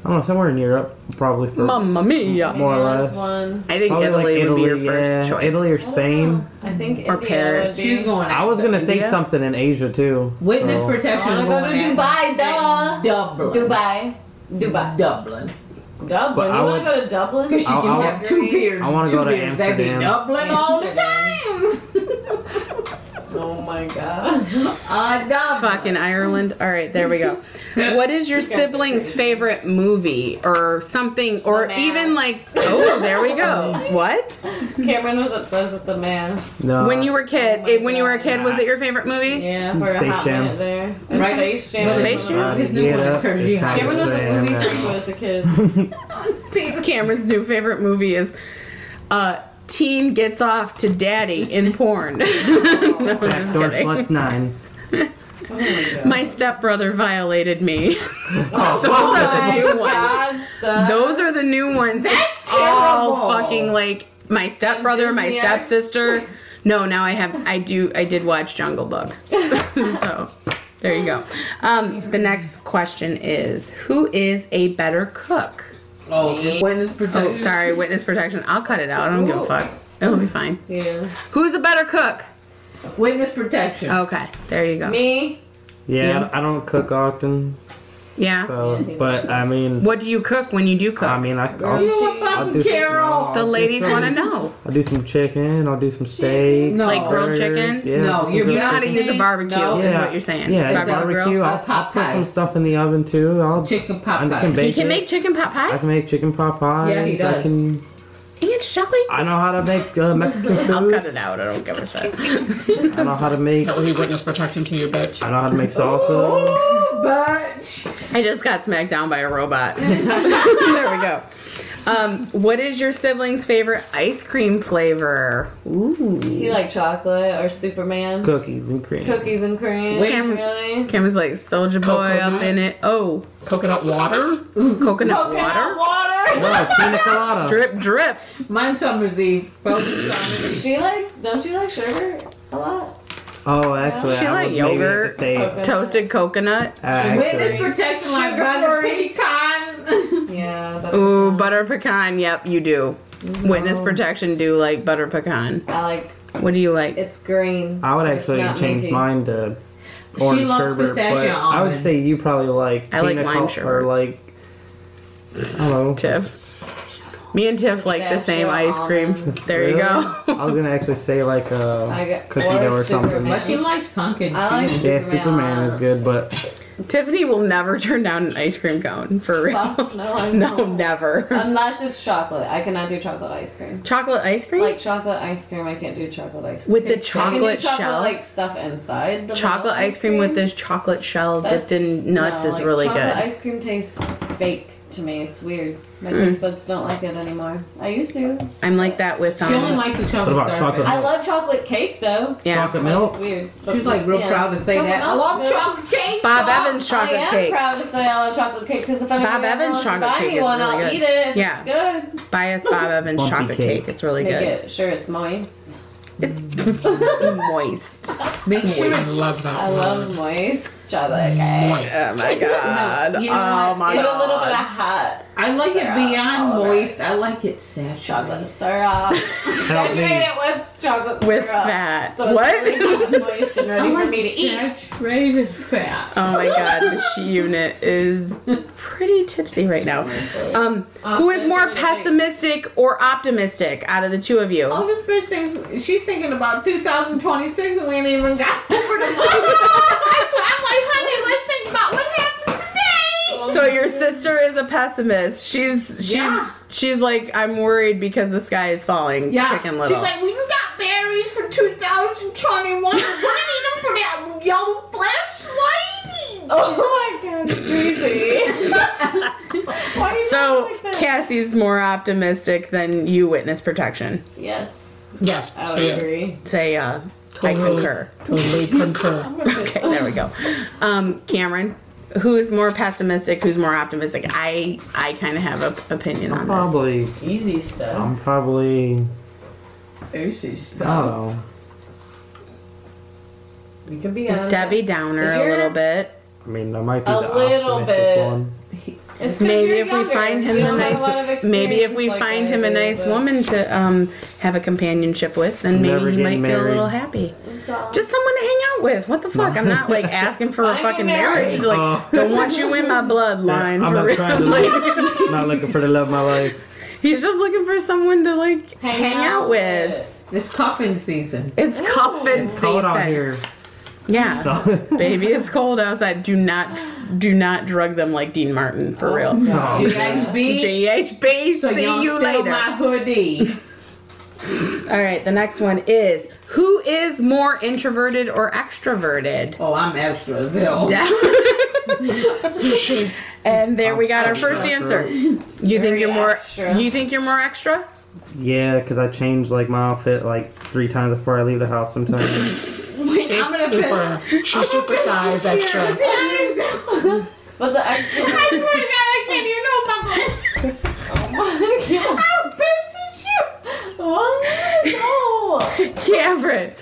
I don't know, somewhere in Europe, probably for
Mamma mia.
more or
Maybe that's
less.
One.
I think
probably
Italy,
like
would be your
yeah,
first choice.
Italy or
I don't
Spain.
know. I think
Or
India
Paris.
Would be.
She's going.
I was gonna say
India?
something in Asia too.
Oh, Witness
Oh.
so-
protection.
I
is
want to
going
go to Dubai,
at
duh.
Dublin.
Dubai. Dubai.
Dublin.
Dublin.
I
You want
would-
to go to Dublin?
Because she
I-
can
I-
have two beers.
I wanna
two
go to
beers. That'd be
Amsterdam.
Dublin all the
Amsterdam.
time.
Oh my god.
Uh, Dublin.
Fucking Ireland. All right, there we go. What is your sibling's favorite movie or something, or
The Mask.
even like, oh, there we go. What?
Cameron was obsessed with the man.
No.
When you were kid,
my
it, when you were a
God.
kid, was it your favorite movie?
Yeah, for a
Space
hot
Jam.
minute there. And
Right.
Space Jam.
Yeah,
Space Jam.
gotta
His new
get
one is
up,
Sergio.
it's time
Cameron
to
was a
stand
movie
up.
freak when I was a kid.
Cameron's new favorite movie is uh, Teen Gets Off to Daddy in Porn. no, I'm just
Door
kidding.
Sluts Nine.
My stepbrother violated me.
Oh,
Those are the new ones.
God, stuff.
Those are the new ones. That's All fucking like my stepbrother, my
Disney are-
stepsister. No, now I have I do I did watch Jungle Book. so there you go. Um, the next question is who is a better cook?
Oh, just witness protection.
Oh, sorry, witness protection. I'll cut it out. I don't give a fuck. It'll be fine.
Yeah.
Who's a better cook?
Witness protection.
Uh,
Okay, there you go.
Me?
yeah,
Yeah.
I don't cook often,
Yeah.
so but I mean,
What do you cook when you do cook?
I mean, I,
You
I'll,
know what,
I'll
fucking
do
Carol?
some,
the ladies want to know.
I'll do some chicken. I'll do some steak.
No.
Like grilled
burgers,
chicken?
Yeah,
No,
I'll do some
you're
grilled
You know how to use
chicken.
a barbecue,
No.
is
Yeah.
what you're saying.
Yeah, it's
Barbecue grill?
barbecue. I'll,
Or
I'll put
Popeye.
some stuff in the oven too. I'll
Chicken
I
pot
can
pie.
bake
He can
it.
make chicken pot pie?
I can make chicken pot pie.
Yeah, he
I
does.
can
Aunt Shelley?
I know how to make uh, Mexican
I'll cut
food.
it out. I don't give a shit.
I know how to make.
That will be witness protection to your bitch.
I know how to make salsa.
But
I just got smacked down by a robot. there we go. Um, what is your sibling's favorite ice cream flavor? Ooh.
You like chocolate or Superman?
Cookies and cream.
Cookies and cream.
Wait.
really?
Kim was like soldier boy
Coconut.
up in it. Oh,
Coconut water?
coconut,
Coconut
water.
water.
No, Oh, pina colada.
Drip, drip.
mine's Summer's Eve. Well, Summer's Eve.
She like don't you like sugar a lot?
Oh, actually,
She
I
like
would maybe
yogurt.
Say,
Okay.
Toasted coconut.
uh, actually,
Witness protection like butter pecan.
Yeah. But
Ooh, butter pecan. Yep, you do. Witness protection do like butter pecan.
I like
What do you like?
it's green.
I would
It's
actually
not
change
minty.
mine to orange
loves
sherbet, but
pistachio
I would
almond.
say you probably like
I like
pina
lime
col- or
sherbet.
like I don't know.
Tiff. Me and Tiff like the same ice cream. There you
Really?
go.
I was gonna actually say like
I
a
got-
cookie
or
dough or
Superman.
something.
But she likes pumpkin.
I like
too.
Yeah,
Superman.
Superman is good, but
Tiffany will never turn down an ice cream cone for real.
Fuck, no, Uh, I
No,
don't.
never.
Unless it's chocolate, I cannot do chocolate ice cream.
Chocolate ice cream?
Like chocolate ice cream, I can't do chocolate ice cream.
with the
I can do
chocolate
chocolate
shell.
like stuff inside. The
chocolate
vanilla
ice cream with this chocolate shell dipped
That's-
in nuts
no,
is
like,
really good. Hmm.
chocolate Ice cream tastes fake to me. It's weird. My taste buds don't like it anymore. I used to.
I'm like that with
She only
um
likes the chocolate.
What about
starfish.
chocolate?
I love chocolate cake though.
yeah.
chocolate
Like,
milk.
It's weird.
She's like real
Yeah.
proud to say
Someone
that. I
else
love
knows.
chocolate cake.
Bob Evans chocolate
I am
cake.
proud to say I love chocolate cake because if anybody
Bob
ever
Evans
wants to
chocolate
buy
cake
me
is
one,
really
I'll
good.
eat it. If
Yeah.
it's good.
Buy us Bob Evans
Bumpy
chocolate cake.
cake.
It's really
Make
good.
it sure it's moist.
Moist.
Make sure
I
it's
love that
I love moist chocolate cake.
Moist.
Oh my god.
You know
oh
what?
my
Put a
god.
little bit of hot
I like it
Syrup.
beyond
All right.
moist. I like it saturated.
chocolate syrup.
Help
Saturate
me.
it with chocolate
With
syrup.
fat.
So it's
What?
really moist and
I
ready for
like
me to eat.
saturated fat.
Oh my god, this unit is pretty tipsy right now. Um, who is more pessimistic or optimistic out of the two of you?
Oh, this bitch thinks she's thinking about 2026 and we ain't even got over the month. That's why I'm like, honey, let's think about what happened today.
So your sister is a pessimist. She's she's
Yeah.
she's like I'm worried because the sky is falling.
Yeah.
Chicken Little.
She's like, we got berries for 2021. We're gonna need them for that yellow flashlight.
Oh my god, crazy. Why are you
so
like that?
Cassie's more optimistic than you. Witness protection.
Yes,
Yes,
I
she
would
is.
agree.
Say uh, I
Totally.
concur.
Totally concur.
Okay, there we go. Um, Cameron, who's more pessimistic? Who's more optimistic? I I kind of have a opinion on this.
Probably,
Easy stuff.
I'm probably.
Oopsie
I
stuff.
don't know.
You can be honest.
Debbie Downer a little bit.
I mean, I might be
A
the
little
optimistic
bit.
one.
It's 'cause
Maybe
you're
if we
younger.
find him
You
a
don't have a lot of
nice, maybe if we
experience like
find
I
him a
do,
nice
but
woman to um, have a companionship with, then
Never
maybe he might
getting
feel a little
married.
happy.
it's all-
Just someone to hang out with. What the fuck? I'm not like asking for a
I'm
fucking marriage.
married.
Like,
Uh,
don't want you in my bloodline.
I'm
for
not
real.
trying to
Like,
I'm not looking for the love of my life.
he's just looking for someone to like hang, out with.
It's cuffing season.
It's coffin
It's
season.
cold out here. Oh,
Yeah, baby, it's cold outside. Do not, do not drug them like Dean Martin for real.
No.
UHB.
GHB,
So
see
y'all
you
steal
later.
my hoodie.
All right, the next one is who is more introverted or extroverted?
Oh, I'm extra as hell.
She's
and there we got our first answer. You think
Very
you're more
extra.
you think you're more extra?
Yeah, because I change like my outfit like three times before I leave the house sometimes.
Wait,
she's
I'm gonna
super. She's super size
piss. Here,
extra.
it's Anderson.
What's the extra?
I swear to God, I can't even know
oh my god.
my business you.
Oh no.
Cameron.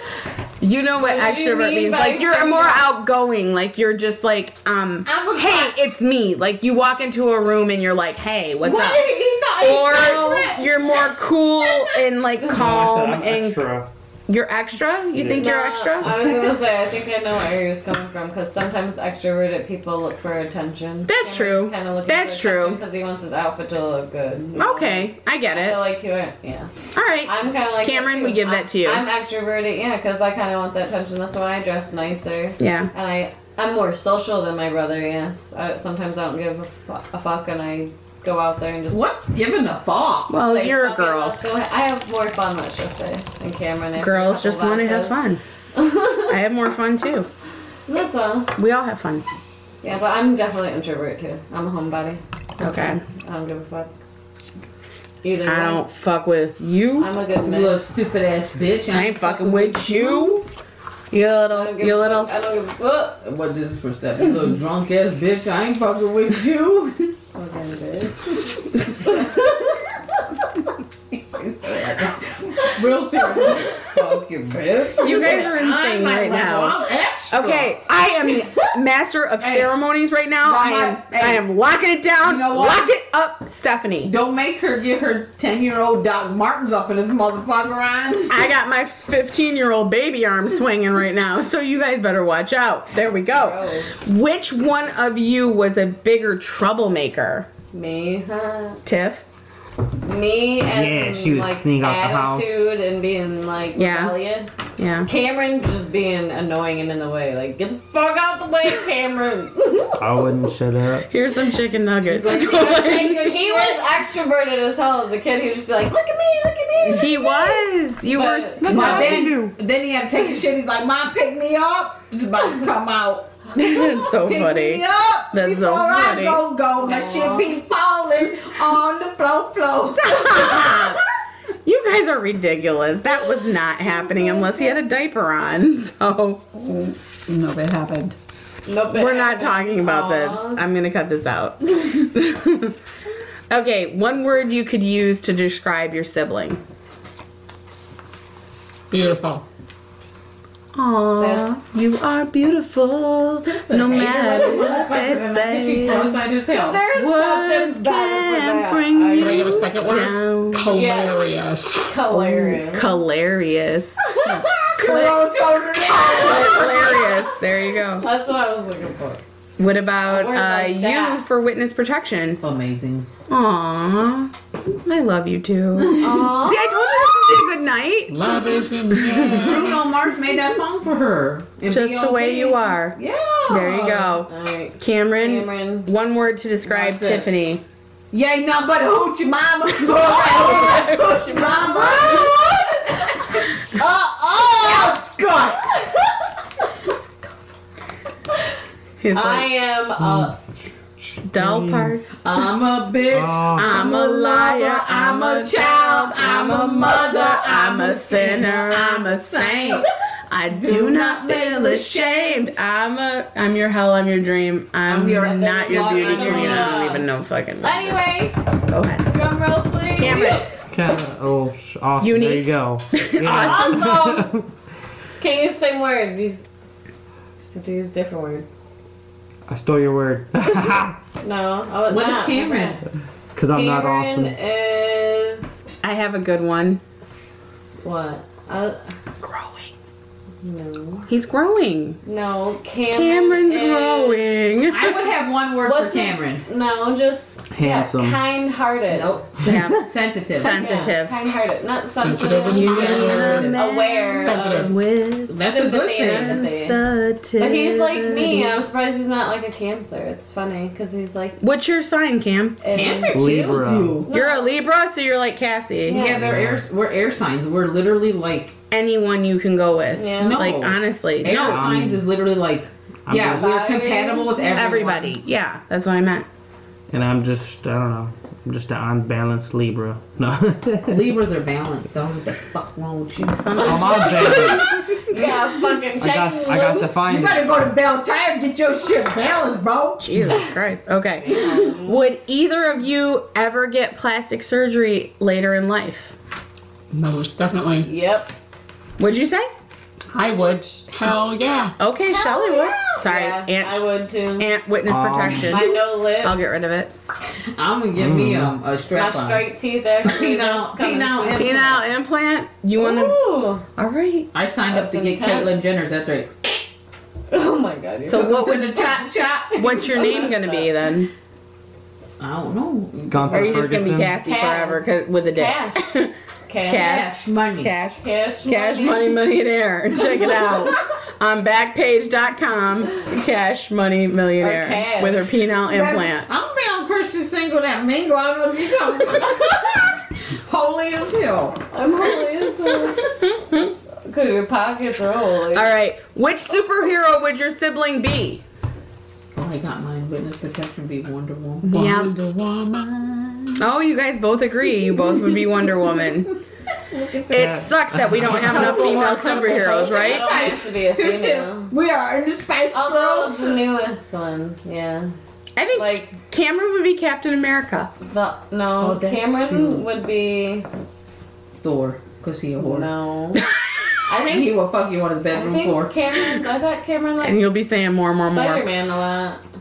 You know what,
What do you
extrovert
mean
means.
by
Like you're
extrovert?
more outgoing. Like you're just like, um
I'm a
hey, it's me. Like you walk into a room and you're like, hey, what's
What?
up?
He thought
Or
he
you're more cool and like calm
I'm
and
extra.
you're extra? You think you're
No,
extra?
I was gonna say, I think I know where you're coming from because sometimes extroverted people look for attention.
That's true. That's true.
Because he wants his outfit to look good.
Okay, I get
I feel
it.
like you are, yeah.
All right.
I'm kind of like that
Cameron,
too.
we give that to you.
I'm extroverted, yeah, because I kind of want that attention. That's why I dress nicer,
Yeah.
and I I'm more social than my brother. Yes, I, sometimes I don't give a, fu- a fuck, and I go out there and just.
What's giving a ball?
Well,
say,
Oh, you're a
"Fuck it,
girl.
let's go ahead." I have more fun, let's just say, than Cameron. after a
Girls
couple
just want to have
vodkas.
fun. I have more fun too.
That's all.
We all have fun.
Yeah, but I'm definitely an introvert too. I'm a homebody.
Okay.
Sometimes. I don't give a fuck. Either
I
way,
don't fuck with you.
I'm a good
You
man.
little stupid ass bitch.
I ain't fucking with you. You
I
little,
don't give
you
a
little.
fuck. I don't give a fuck.
What this is for step? You little drunk ass bitch. I ain't fucking with you.
Fucking bitch.
She said, Real serious. fucking bitch.
You guys are insane right now.
I'm extra.
Okay, I am the master of ceremonies right now. I am,
Hey.
I am locking it down.
You know what?
Lock it up, Stephanie.
Don't make her get her 10 year old Doc Martens up in this motherfucker on.
I got my 15 year old baby arm swinging right now, so you guys better watch out. There we go. Which one of you was a bigger troublemaker?
Me, huh?
Tiff?
Me and
Yeah, she would
like
sneak out the house.
attitude and being like
Yeah.
rebellious.
Yeah.
Cameron just being annoying and in the way. Like, get the fuck out the way, Cameron.
I wouldn't shut up.
Here's some chicken nuggets.
he was extroverted as hell as a kid. He would just be like, look at me, look at me.
he was. You were.
But-
But
look what you do.
then, then he had to take his shit. He's like, Mom, pick me up. It's about to come out.
That's so
Pick
funny.
me up.
That's so
before
funny.
I go, go. My shit be falling on the floor, floor.
You guys are ridiculous. That was not happening unless he had a diaper on. So
No, that happened.
Nope.
we're not talking about
Aw.
this. I'm gonna cut this out. okay, one word you could use to describe your sibling.
Beautiful.
Aww,
That's-
you are beautiful, no matter what they
She
say.
qualified as hell.
There's
Words
something
can
better for
bring
that.
Can I
you
give a second word?
down.
Hilarious.
Hilarious.
Hilarious.
Girl, children.
Hilarious. There you go.
That's what I was looking for.
What
A
about
word like
uh, you
that.
for witness protection?
Amazing.
Aww. I love you too.
Aw.
See, I told you this would be a good night.
Love is in the air.
Bruno Mars made that song for her. And
Just the way
B.O.B..
you are.
Yeah.
There you go.
Alright.
Cameron,
Cameron.
one word to describe
Not this.
Tiffany.
You ain't nothing but a hoochie mama. hoochie mama.
Uh,
Oh, Scott.
He's
I
like,
am uh, a
dull part.
I'm a bitch.
Oh,
I'm a liar. I'm a child. I'm a mother. I'm a sinner. I'm a saint. I do not feel ashamed. I'm a. I'm your hell. I'm your dream. I'm, your not your
slut.
beauty
I'm a
queen. I don't
slut.
even know fucking. what it is.
Anyway,
Go ahead.
drum roll,
Mm.
please.
Cameron.
kinda, oh sh- awesome. There
Unique.
you go. Yeah.
Also, can you same word? Use, have to use different word.
I stole your word. Because
No, I was
What is
not.
Cameron?
I'm not
Cameron
awesome.
is
I have a good one.
what? I,
Growing.
no,
He's growing.
no. Cameron
Cameron's
is-
growing.
I would have one word
What's
for
it?
Cameron.
No, just
Handsome.
Yeah, kind-hearted.
Nope.
Yeah.
Sensitive.
Sensitive.
kind-hearted, not sensitive.
Sensitive is
not
fine.
Sensitive.
aware. of-
Sensitive.
With
That's a good thing.
But he's like me, and I'm surprised he's not like a cancer. It's funny because he's like
What's your sign, Cam?
and-
Cancer kills
Libra.
you.
You're a Libra, so you're like Cassie.
Yeah.
Yeah, they're air, we're air signs. We're literally like
Anyone you can go with.
Yeah. No.
Like honestly,
air
no,
signs is literally like
I'm
yeah,
just-
we're compatible with everyone.
everybody. Yeah, that's what I meant.
And I'm just, I don't know. I'm just an unbalanced Libra. No. I'm
Libras are balanced. So what the fuck wrong with you?
Sometimes
unbalanced.
yeah, fucking
I got,
checking
I got to
loose.
find
You
it.
better go to Bell Tire and get your shit balanced, bro.
Jesus Christ. Okay. Would either of you ever get plastic surgery later in life?
Most definitely.
Yep.
Would you say?
I would. Hell yeah.
Okay, Shelly would. Sorry,
Yeah, I
Aunt
would too.
Aunt Witness
Um,
Protection.
My no lip,
I'll get rid of it.
I'm gonna give me um, a
my
strap on.
straight teeth. Actually,
Penile-
that's coming
penile
soon.
Penile implant. You wanna?
Ooh.
All right.
I signed up to
That's
get Caitlyn
intense.
Jenner's. That's right.
Oh my god. you're-
So what
To
would
the chop chop.
what's your name gonna be then?
I don't know.
Gunther
Or are you just gonna be
Ferguson.
Cassie
Cass.
forever 'cause- with a dick? Cash.
Cash. Cash.
Cash money.
Cash.
Cash.
Cash Money Millionaire. Check it out on backpage.com. Cash Money Millionaire
Or cash.
with her penile implant.
I'm gonna be on Christian Single mingle that mingle. I don't know if you talking about. Holy as hell.
I'm holy as hell. Because your pockets are holy.
All right. Which superhero would your sibling be?
Oh, I got mine. Witness protection be Wonder Woman.
Yeah.
Wonder Woman.
Oh, you guys both agree. You both would be Wonder Woman. It sucks that we don't have enough female superheroes, right?
It used to be a
Who's
female.
this? We are in the Spice
Although
Girls.
it's the newest one, yeah.
I think
Like-
Cameron would be Captain America.
The, no,
Oh, that's
Cameron
cute.
would be
Thor, because he a whore.
no. I
And
think
he will fuck you on the
I
bedroom
think
floor.
Cameron. I thought Cameron likes
And you'll be saying more, more,
Spider
more.
Man a lot. You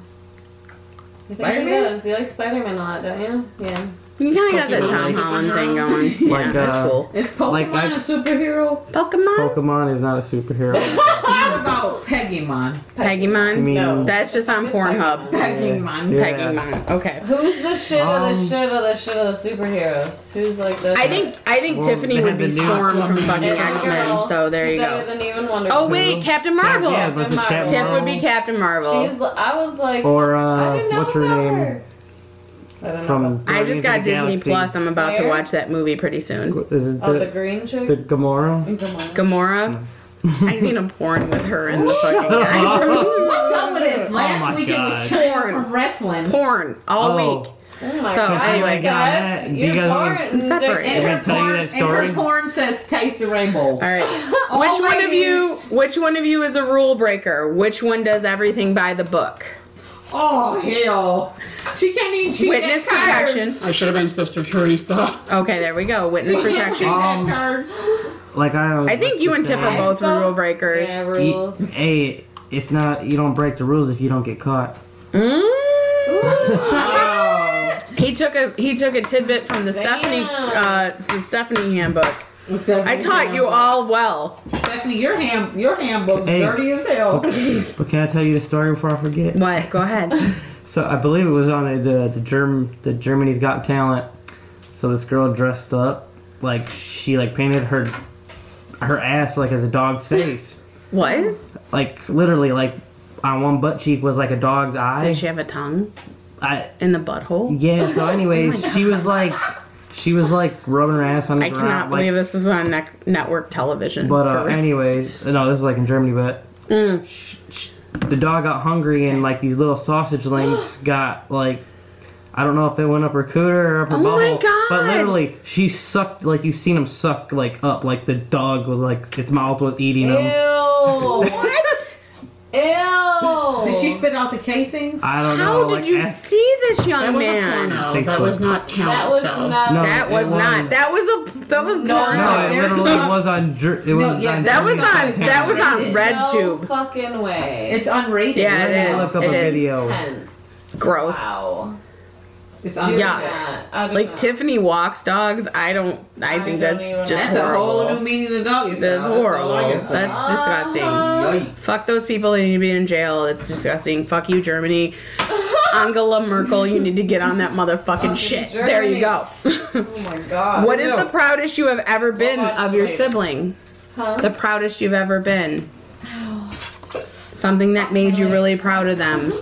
think
Spider-Man?
he does? You like Spider Man a lot, don't you? Yeah.
You kind of got that
Pokemon
Tom
like-
Holland thing going. Yeah,
Like, uh,
that's cool.
Is Pokemon
Like I-
a superhero?
Pokemon?
Pokemon is not a superhero.
what about Pegimon?
I
Pegimon?
mean,
No.
That's just on
It's
Pornhub.
Pokemon.
Pegimon.
Yeah.
Pegimon. Okay.
Who's the shit of
Um,
the shit of the shit of the superheroes? Who's like the
I think I think
Well,
Tiffany
they
would
had
be
the new
Storm from
Aquaman.
fucking
And
X Men.
Girl,
So there you
she's better
go.
Than even Wonder
Oh
Woman.
wait, Captain Marvel.
Yeah, but it's a Captain
Tiff would be
Marvel.
Captain Marvel.
She's. I was like.
Or
I
uh,
didn't know
what's her
about
name
her. I don't know about-
from?
I
Guardians
just
of
got
the
Disney
Galaxy.
Plus. I'm about to
Where?
watch that movie pretty soon.
Is it
Oh, the
the,
green chick.
the Gamora?
Gamora. I seen a porn with her and the fucking guy.
What's up with
Oh
this? Last
Oh my
week it was
God.
training for wrestling.
porn all
Oh.
week.
Oh my
So,
God.
anyway,
Guys,
got it. Do you
you're
guys wanna-
born-
I'm separated.
And
Can I
her
tell you
porn,
that
And
story?
her porn says taste the rainbow.
All right. Which one of you?
Always.
Which one of you is a rule breaker? Which one does everything by the book?
Oh hell. She can't even cheat
Witness
that card.
protection.
I should have been Sister Teresa.
Okay, there we go. Witness
She can't cheat
protection.
Um,
that card.
Like I. always
I think
like
you
to
and Tiff
say,
are both rule breakers.
Yeah,
you-
rules.
Hey, it's not. You don't break the rules if you don't get caught.
Mm.
oh.
He took a he took a tidbit from the
Damn.
Stephanie uh, the Stephanie handbook. I
Stephanie,
taught you all well.
Stephanie, your hand your handbook's
Hey.
dirty as hell.
But can I tell you the story before I forget?
What? Go ahead.
So I believe it was on the the, the Germ the Germany's Got Talent. So this girl dressed up like she like painted her her ass like as a dog's face,
What?
like literally like on one butt cheek was like a dog's eye.
Did she have a tongue
I
in the butthole?
yeah. So anyways, she was like she was like rubbing her ass on
Oh
the
I
ground.
cannot
like,
believe this is on ne- network television.
But uh,
for real.
anyways, no, this is like in Germany, but
Mm.
sh- sh- the dog got hungry and like these little sausage links got like I don't know if it went up her cooter or up her
Oh my
butthole, but
God.
literally she sucked like you've seen them suck like up like the dog was like its mouth was eating
Ew.
them.
what?
Ew.
Did she spit out the casings?
Oh. I don't
How
know.
did
like, eh,
you
ask-
see this
That
young
was a
man?
porno. That was not
That
talent
was
show.
not.
No.
That
it
was not.
was-
That was a that was
No,
porno.
No, it
there's
literally
no-
was on. Ger- it
No,
was
yeah,
on
that was
Germany's Got
on that was on
Talent.
no
RedTube.
fucking way.
It's unrated.
Yeah, it
I
is.
looked up
It
a
is.
video.
Tense.
Gross.
Wow.
It's
Do
unrated.
Yeah.
that. I do
Like
not.
Tiffany walks dogs. I don't. I,
I
think
don't
that's
even-
just
That's
horrible.
a whole new meaning of dog.
That's horrible. That's
Uh-huh.
disgusting. Fuck those people. They need to be in jail. That's disgusting. Fuck you, Germany. Angela Merkel, you need to get on that motherfucking
Fucking
shit. There you go.
Oh my god.
what is
no.
the proudest you have ever been
Well,
of your
that's right.
sibling?
Huh?
The proudest you've ever been? Something that made you really proud of them.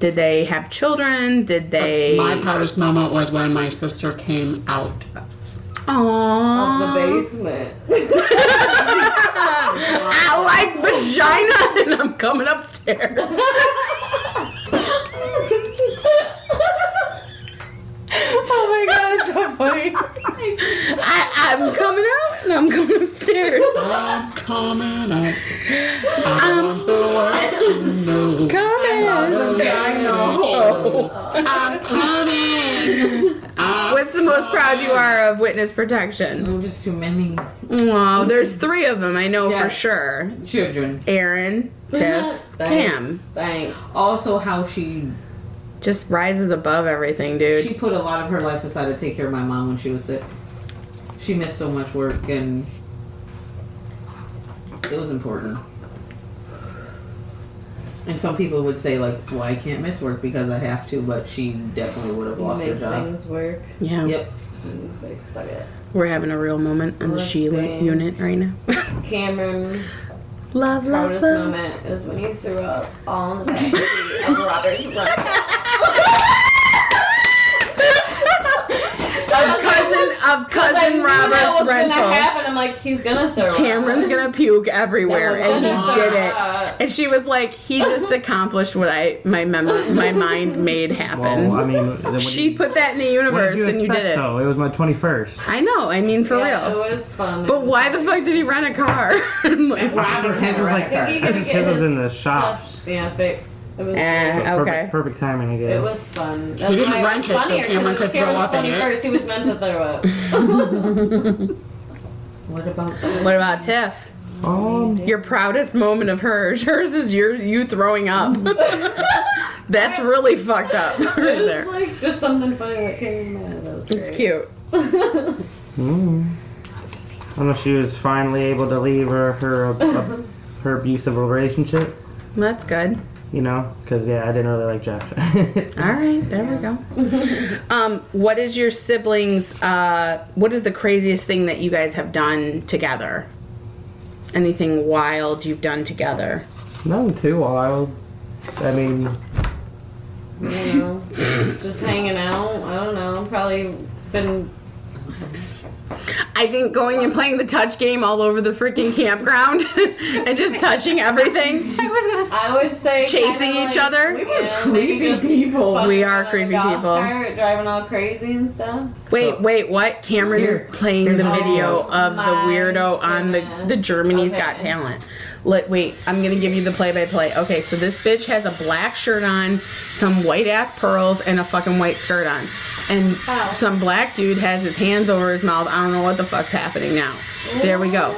Did they have children? Did they?
My proudest moment was when my sister came out.
Aww.
the basement.
I like vagina, and I'm coming upstairs. oh my god, it's so funny. I, I'm coming out and I'm coming upstairs.
I'm coming out. I want the world to know.
Coming.
I'm coming. I'm
What's the most proud you are of witness protection?
Oh, just too many
Wow, there's three of them, I know for
Yes.
sure.
children.
Aaron, Tiff, Cam.
Thanks.
Also, how she
Just rises above everything,
she
dude.
put a lot of her life aside to take care of my mom when she was sick. She missed so much work, and it was important. And some people would say like, "Well, I can't miss work because I have to," but she definitely would have
You
lost her
make
job.
things work.
Yeah.
Yep.
You say suck it.
We're having a real moment on the
Let's
Sheila
see.
unit right now.
Cameron.
love, love,
proudest
love.
moment is when you threw up all in the backseat of Robert's Robert's
of cousin Robert's
Gonna
rental.
happen. I'm like, he's gonna throw. up.
Cameron's gonna puke everywhere,
That was
and he
gonna
did
throw
it.
up.
And she was like, "He just accomplished what I my mem- my mind made happen."
Well, I mean, then what do
she
you-
put that in the
what did
universe, and you
expect,
did it.
Though it was my twenty first.
I know. I mean, for
Yeah,
real.
It was fun.
But why the fuck did he rent a car? I'm like,
Robert
his
had a
was
right
like-
I
there.
think he could
His
get
was
his
in the shop.
stuff, Yeah, fixed. It was.
Eh, okay.
Perfect, perfect timing, I guess.
It was fun. That's
didn't
why it was
rent it so
funnier because
Cameron
it was
could throw
Cameron's
up in
funny
it.
first. He was meant to throw up.
What about
What about Tiff?
Um,
Your proudest moment of hers. Hers is your you throwing up. That's really fucked up right
It was
there.
like just something funny that came in. That was
It's
great.
cute.
mm. I don't know if she was finally able to leave her her uh, her abusive relationship.
That's good.
You know, because yeah, I didn't really like Josh.
All right, there we go. um, what is your siblings? Uh, what is the craziest thing that you guys have done together? Anything wild you've done together?
Nothing too wild. I mean,
You know, just hanging out. I don't know. Probably been.
I think going and playing the touch game all over the freaking campground and just touching everything.
I was gonna say.
I would say
Chasing
kinda
each
like,
other?
you
We
were
know, maybe
creepy
just
people.
fucking
We are
around in a
creepy
golf
people.
Cart, driving all crazy and stuff.
Wait, wait, what? Cameron is
Here.
playing the
Here's-
video of the
my
weirdo on the the Germany's
Okay.
Got Talent. Let wait, I'm gonna give you the play by play. Okay, so this bitch has a black shirt on, some white ass pearls, and a fucking white skirt on, and
Wow.
some black dude has his hands over his mouth. I don't know what the fuck's happening now. There we go.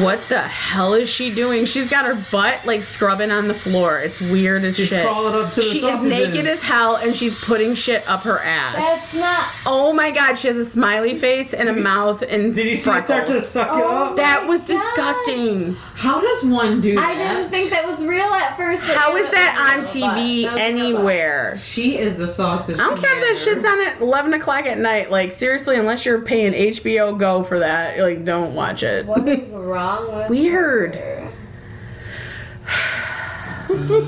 What the hell is she doing? She's got her butt like scrubbing on the floor. It's weird as shit.
crawling up to the
she is
sausages.
naked as hell, and she's putting shit up her ass.
That's not.
Oh my god, she has a smiley face and a mouth and
did you see it start to
freckles.
suck it up?
That was
Oh my
disgusting.
How does one do that?
I didn't think that was real at first. but
How
yeah,
is that on
was real,
TV
but that was real, but-
anywhere?
She is the sausage.
I don't care if that shit's on at 11 o'clock at night. Like, seriously, unless you're paying HBO Go for that, like, don't watch it.
What is wrong with
Weird.
her?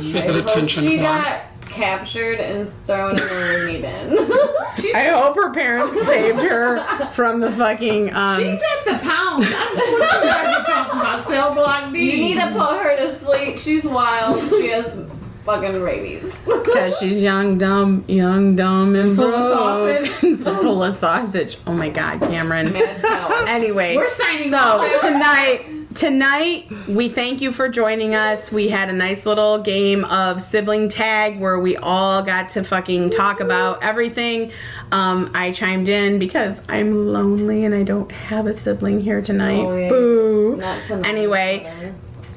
She's
I
an
hope
attention
She
whore.
got captured and thrown in a room in.
I hope her parents saved her from the fucking, um,
She's at the pound. I don't know what you guys are talking about. Cell block B.
you need to
Hmm.
put her to sleep. She's wild. She has fucking rabies.
because she's young, dumb, young, dumb, and
Full of
broke.
sausage.
And so full of sausage. Oh my god, Cameron.
Mad cow.
anyway,
We're signing
so
off.
tonight. Tonight, we thank you for joining us. We had a nice little game of sibling tag where we all got to fucking talk about everything. Um, I chimed in because I'm lonely and I don't have a sibling here tonight.
Oh, yeah.
Boo.
Not tonight.
Anyway,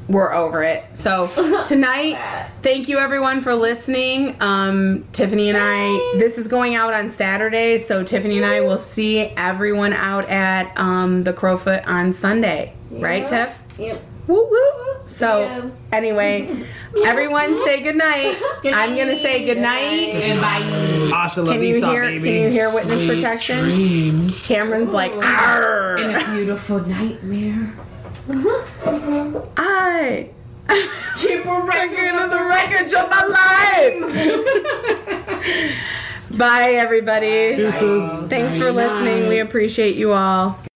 We're over it. So, tonight, thank you everyone for listening. Um, Tiffany and I, this is going out on Saturday, so Tiffany and I will see everyone out at um, the Crowfoot on Sunday. Right,
Yeah.
Tiff?
Yep.
Woo woo. So,
Yeah.
anyway, everyone say goodnight. I'm going to say goodnight.
And bye.
Hasta la
Oh, Can you
vista,
hear
baby.
can you hear witness protection?
Dreams.
Cameron's like, "Arr,
In a beautiful nightmare.
I
Keep a record
record of the wreckage of my life. Bye, everybody.
Deuces.
Thanks for listening. We appreciate you all.